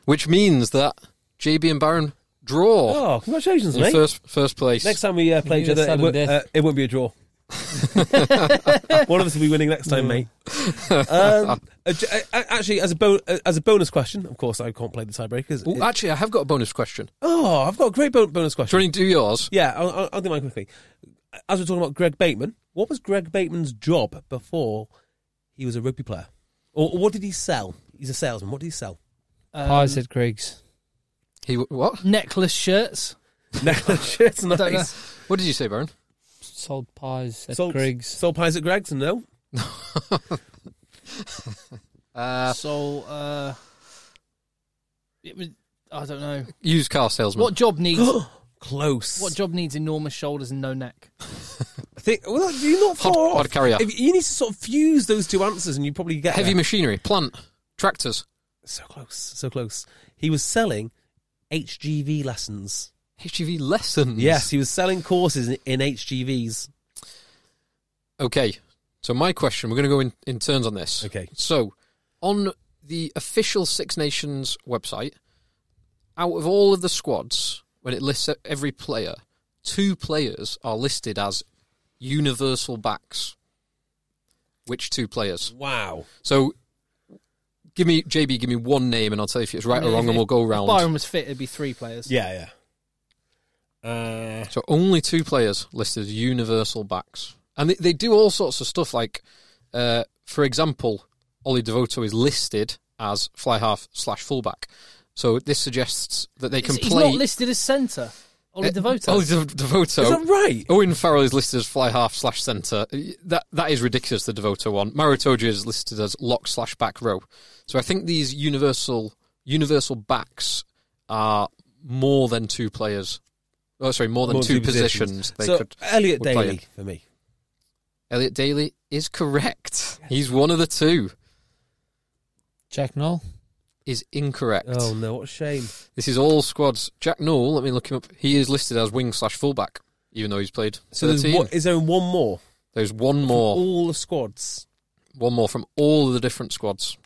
D: which means that JB and Baron draw
E: oh, congratulations,
D: in
E: mate!
D: first first place.
E: next time we uh, play each
F: You
E: other, it,
F: sudden
E: won't-
F: death.
E: uh, it won't be a draw. One of us will be winning next time, mate. Um, uh, j- uh, actually, as a bon- uh, as a bonus question, of course, I can't play the tiebreakers.
D: Ooh,
E: It-
D: actually, I have got a bonus question.
E: oh, I've got a great bon- bonus
D: Do you
E: question.
D: want to do yours?
E: Yeah, I'll, I'll, I'll do mine quickly. As we're talking about Greg Bateman, what was Greg Bateman's job before he was a rugby player, or, or what did he sell? He's a salesman. What did he sell?
A: Um,
F: Pies at Greg's.
D: He w- what?
A: necklace shirts.
E: Necklace shirts, nice.
A: Don't know.
D: What did you say, Baron?
F: Sold pies at
E: Sold-
F: Greg's.
E: Sold pies at Greg's, no?
D: Uh,
A: so uh, it was. I don't know.
D: used car salesman.
A: What job needs
E: Close.
A: what job needs enormous shoulders and no neck?
E: I think, well, you're not far
D: Pod-
E: off.
D: pod carrier.
E: If, you need to sort of fuse those two answers, and you probably get
D: Heavy
E: there.
D: machinery, plant, tractors,
E: so close, so close. He was selling HGV lessons.
D: HGV lessons.
E: Yes, he was selling courses in, in HGVs.
D: Okay. So my question, we're going to go in, in turns on this.
E: Okay.
D: So on the official Six Nations website, out of all of the squads, when it lists e-, every player, two players are listed as universal backs. Which two players?
E: Wow.
D: So give me JB, give me one name, and I'll tell you if it's right or wrong, and we'll go
A: If Byron
D: round.
A: was fit, it'd be three players.
E: Yeah, yeah. Uh,
D: So only two players listed as universal backs, and they, they do all sorts of stuff. Like, uh, for example, Ollie Devoto is listed as fly half slash fullback. So this suggests that they can
A: He's-
D: play.
A: He's not listed as centre. Ollie
D: Uh,
A: Devoto.
D: Ollie De- Devoto.
E: is that right?
D: Owen Farrell is listed as fly half slash centre. That that is ridiculous. The Devoto one. Maritoja is listed as lock slash back row. So I think these universal universal backs are more than two players. Oh, sorry, more than
E: More
D: two, positions. They
E: so
D: could.
E: Elliot
D: would play
E: Daly
D: in.
E: for me.
D: Elliot Daly is correct. He's one of the two.
F: Jack Knoll.
D: Is incorrect.
E: Oh no, what a shame.
D: This is all squads. Jack Newell. Let me look him up. He is listed as wing slash fullback, even though he's played
E: So there's
D: thirteen.
E: one, is there one more?
D: There's one more.
E: All the squads.
D: One more from all of the different squads.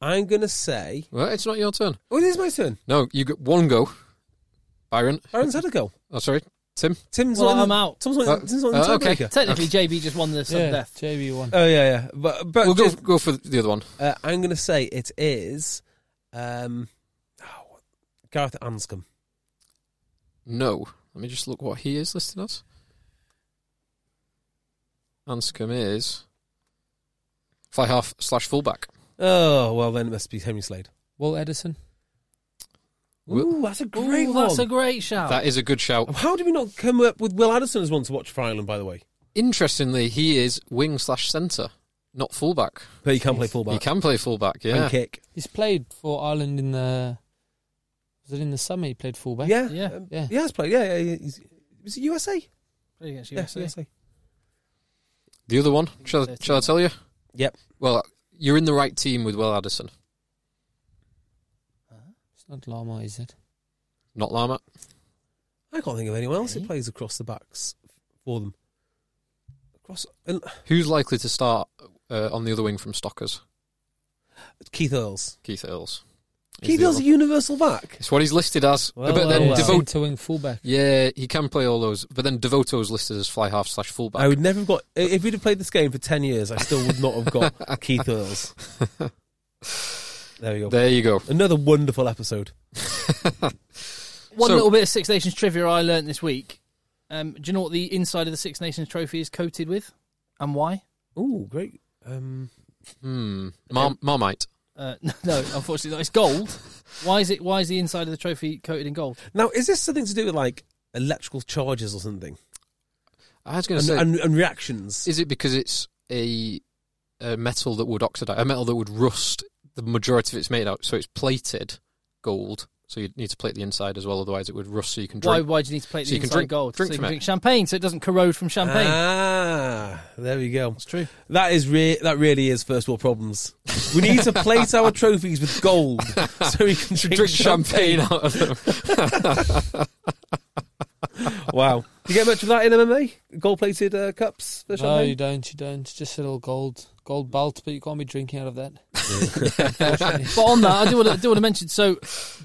E: I'm gonna say.
D: Well, it's not your turn.
E: Oh, it is my turn.
D: No, you got one go. Byron.
E: Aaron's had a go.
D: Oh, sorry. Tim.
E: Tim's
A: Well,
E: not in
A: I'm
E: the-
A: out.
E: Tim's not, in-
D: Uh,
E: Tim's not in the
D: uh, okay.
E: tiebreaker.
A: Technically, JB just won the sudden
F: Yeah,
A: death.
F: JB won.
E: Oh yeah, yeah. But but
D: we'll go,
E: just-
D: go for the other one.
E: uh, I'm going to say it is um, oh, what- Gareth Anscombe.
D: No. Let me just look what he is listed as. Anscombe is fly half slash fullback.
E: Oh well, then it must be Henry Slade.
F: Will Edison.
E: Ooh, that's a great
A: Ooh,
E: one.
A: that's a great
E: Oh.
A: shout.
D: That is a good shout.
E: How did we not come up with Will Addison as one to watch for Ireland? By the way,
D: Interestingly, he is wing slash centre, not fullback.
E: but he can play fullback.
D: He can play fullback, yeah.
E: and kick.
F: He's played for Ireland in the. Was it in the summer he played fullback?
E: Yeah,
A: Yeah.
E: um,
F: Yeah.
E: He has played. Yeah, yeah. He's, was it USA?
A: Played against
E: Yeah,
A: USA.
D: The other one, shall,
A: Thirteen.
D: shall I tell you?
E: Yep.
D: Well, you're in the right team with Will Addison,
F: It's not Lama, is it?
D: not Lama.
E: I can't think of anyone else who
F: Okay.
E: plays across the backs for them. Across and
D: Who's likely to start uh, on the other wing from Stockers?
E: Keith Earls.
D: Keith Earls. is
E: Keith
D: the
E: Earls
D: other
E: a
D: one.
E: universal back.
D: It's what he's listed as.
E: Well,
D: but then
E: Oh, well, well.
D: Devo-
F: Centre wing fullback.
D: Yeah, he can play all those. But then Devoto's listed as fly half slash fullback.
E: I would never have got i- if we'd have played this game for ten years. I still would not have got Keith Earls. There you go.
D: There you go.
E: Another wonderful episode.
A: One
D: So-
A: little bit of Six Nations trivia I learnt this week. Um, do you know what the inside of the Six Nations trophy is coated with, and why?
E: Ooh, great. Um,
D: Hmm. Mar- Marmite.
A: Uh, no, no, unfortunately, not. it's gold. Why is it? Why is the inside of the trophy coated in gold?
E: now, is this something to do with like electrical charges or something,
D: I was going to
E: and,
D: say,
E: and, and reactions?
D: is it because it's a, a metal that would oxidize, a metal that would rust? The majority of it's made out, so it's plated gold. So you would need to plate the inside as well, otherwise it would rust. So you can
A: Why?
D: drink.
A: Why do you need to plate
D: So
A: the
D: you can
A: inside
D: drink-
A: gold?
D: drink
A: so you can
D: from it. Uh.
A: drink champagne, so it doesn't corrode from champagne.
E: Ah, there we go.
A: It's true.
E: That is re- that really is first world problems. We need to plate our trophies with gold so we can drink,
D: Drink
E: champagne.
D: champagne out of them.
E: Wow, do you get much of that in MMA? Gold plated uh, cups. for
F: No, you
E: champagne?
F: don't. You don't. Just a little gold gold belt, but you can't be drinking out of that.
A: But on that, I do want to, do want to mention. So,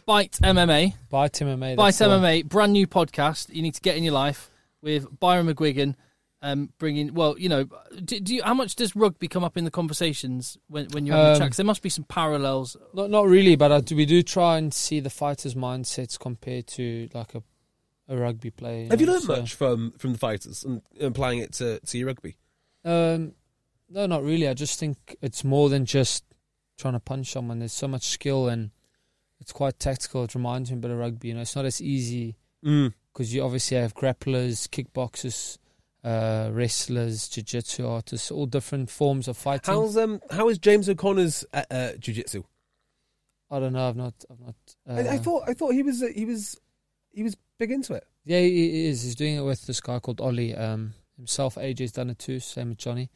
A: Bite MMA,
F: Buy MMA.
A: Bite
F: that's the one.
A: MMA, brand new podcast. You need to get in your life with Byron McGuigan. Um, bringing well, you know, do, do you, how much does rugby come up in the conversations when when you're on the
F: Um,
A: chat? 'Cause there must be some parallels.
F: Not not really, but I, do- we do try and see the fighters' mindsets compared to like a a rugby player.
E: Have you
F: know,
E: learned
F: so-
E: much from from the fighters and applying it to, to your rugby?
F: Um, no, not really. I just think it's more than just trying to punch someone. There's so much skill and it's quite tactical. It reminds me a bit of rugby. You know, it's not as easy
E: Mm.
F: because you obviously have grapplers, kickboxers, uh, wrestlers, jiu-jitsu artists, all different forms of fighting.
E: How's um how is James O'Connor's uh, uh, jujitsu?
F: I don't know. I've not. I've not. Uh,
E: I, I thought I thought he was uh, he was he was big into it.
F: Yeah, he- he is. He's doing it with this guy called Ollie. Um, himself, AJ's done it too. Same with Johnny.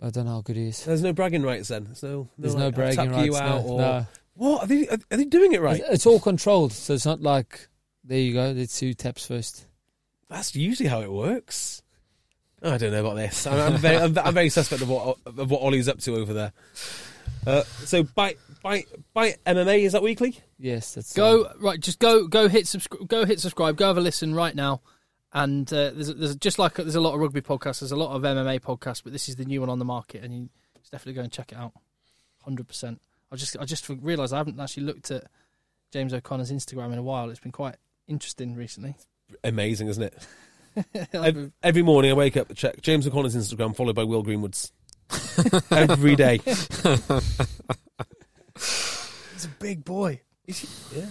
F: But I don't know how good he is.
E: There's no bragging rights then. There's no, no
F: There's
E: like,
F: no
E: I'll
F: bragging
E: tap
F: rights.
E: you out
F: no,
E: or-
F: no.
E: What are they are, are they doing it right?
F: It's, it's all controlled, so it's not like there you go. Let's see who taps first.
E: That's usually how it works. I don't know about this. I'm, I'm very, I'm, I'm very suspect of what of what Ollie's up to over there. Uh, so bite bite bite MMA is that weekly?
F: Yes, that's the one.
A: Go right, just go go hit subscribe, go hit subscribe, go have a listen right now. And uh, there's there's just like there's a lot of rugby podcasts, there's a lot of MMA podcasts, but this is the new one on the market, and you should definitely go and check it out. Hundred percent. I just I just realised I haven't actually looked at James O'Connor's Instagram in a while. It's been quite interesting recently.
E: Amazing, isn't it? Ev-
A: I've-
E: Every morning I wake up to check James O'Connor's Instagram, followed by Will Greenwood's. Every day.
A: He's a big boy.
E: Yeah. Yeah,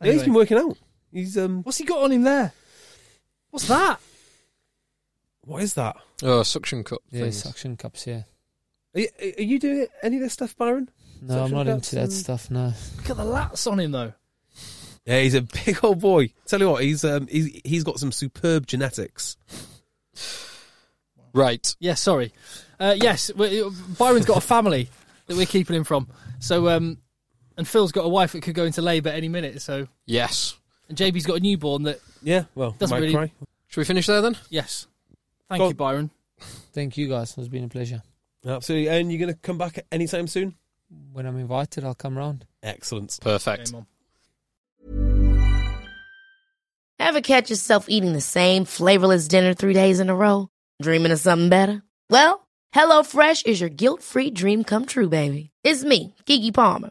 A: Anyway,
E: he's been working out. He's um.
A: what's he got on him there? What's that?
E: What is that?
D: Oh, suction cup.
F: Yeah,
D: things.
F: suction cups. Yeah.
E: Are you, are you doing any of this stuff, Byron?
F: No,
E: Suction
F: I'm not
E: cups
F: into that
E: and-
F: stuff. No.
A: Look at the lats on him though.
E: Yeah, he's a big old boy. Tell you what, he's um, he's, he's got some superb genetics.
D: Right.
A: Yeah, sorry. Uh, yes, we- Byron's got a family that we're keeping him from. So, um, and Phil's got a wife that could go into labour any minute. So,
D: Yes.
A: and JB's got a newborn that.
E: Yeah, well,
A: Doesn't
E: might
A: really-
E: cry.
D: Should we finish there then?
A: Yes, thank
E: Go-
A: you, Byron.
F: Thank you guys. It's been a pleasure.
E: Absolutely. And you're going to come back anytime soon?
F: When I'm invited, I'll come round.
E: Excellent.
D: Perfect.
A: Game on.
H: Ever catch yourself eating the same flavorless dinner three days in a row? Dreaming of something better? Well, HelloFresh is your guilt free dream come true, baby. It's me, Kiki Palmer.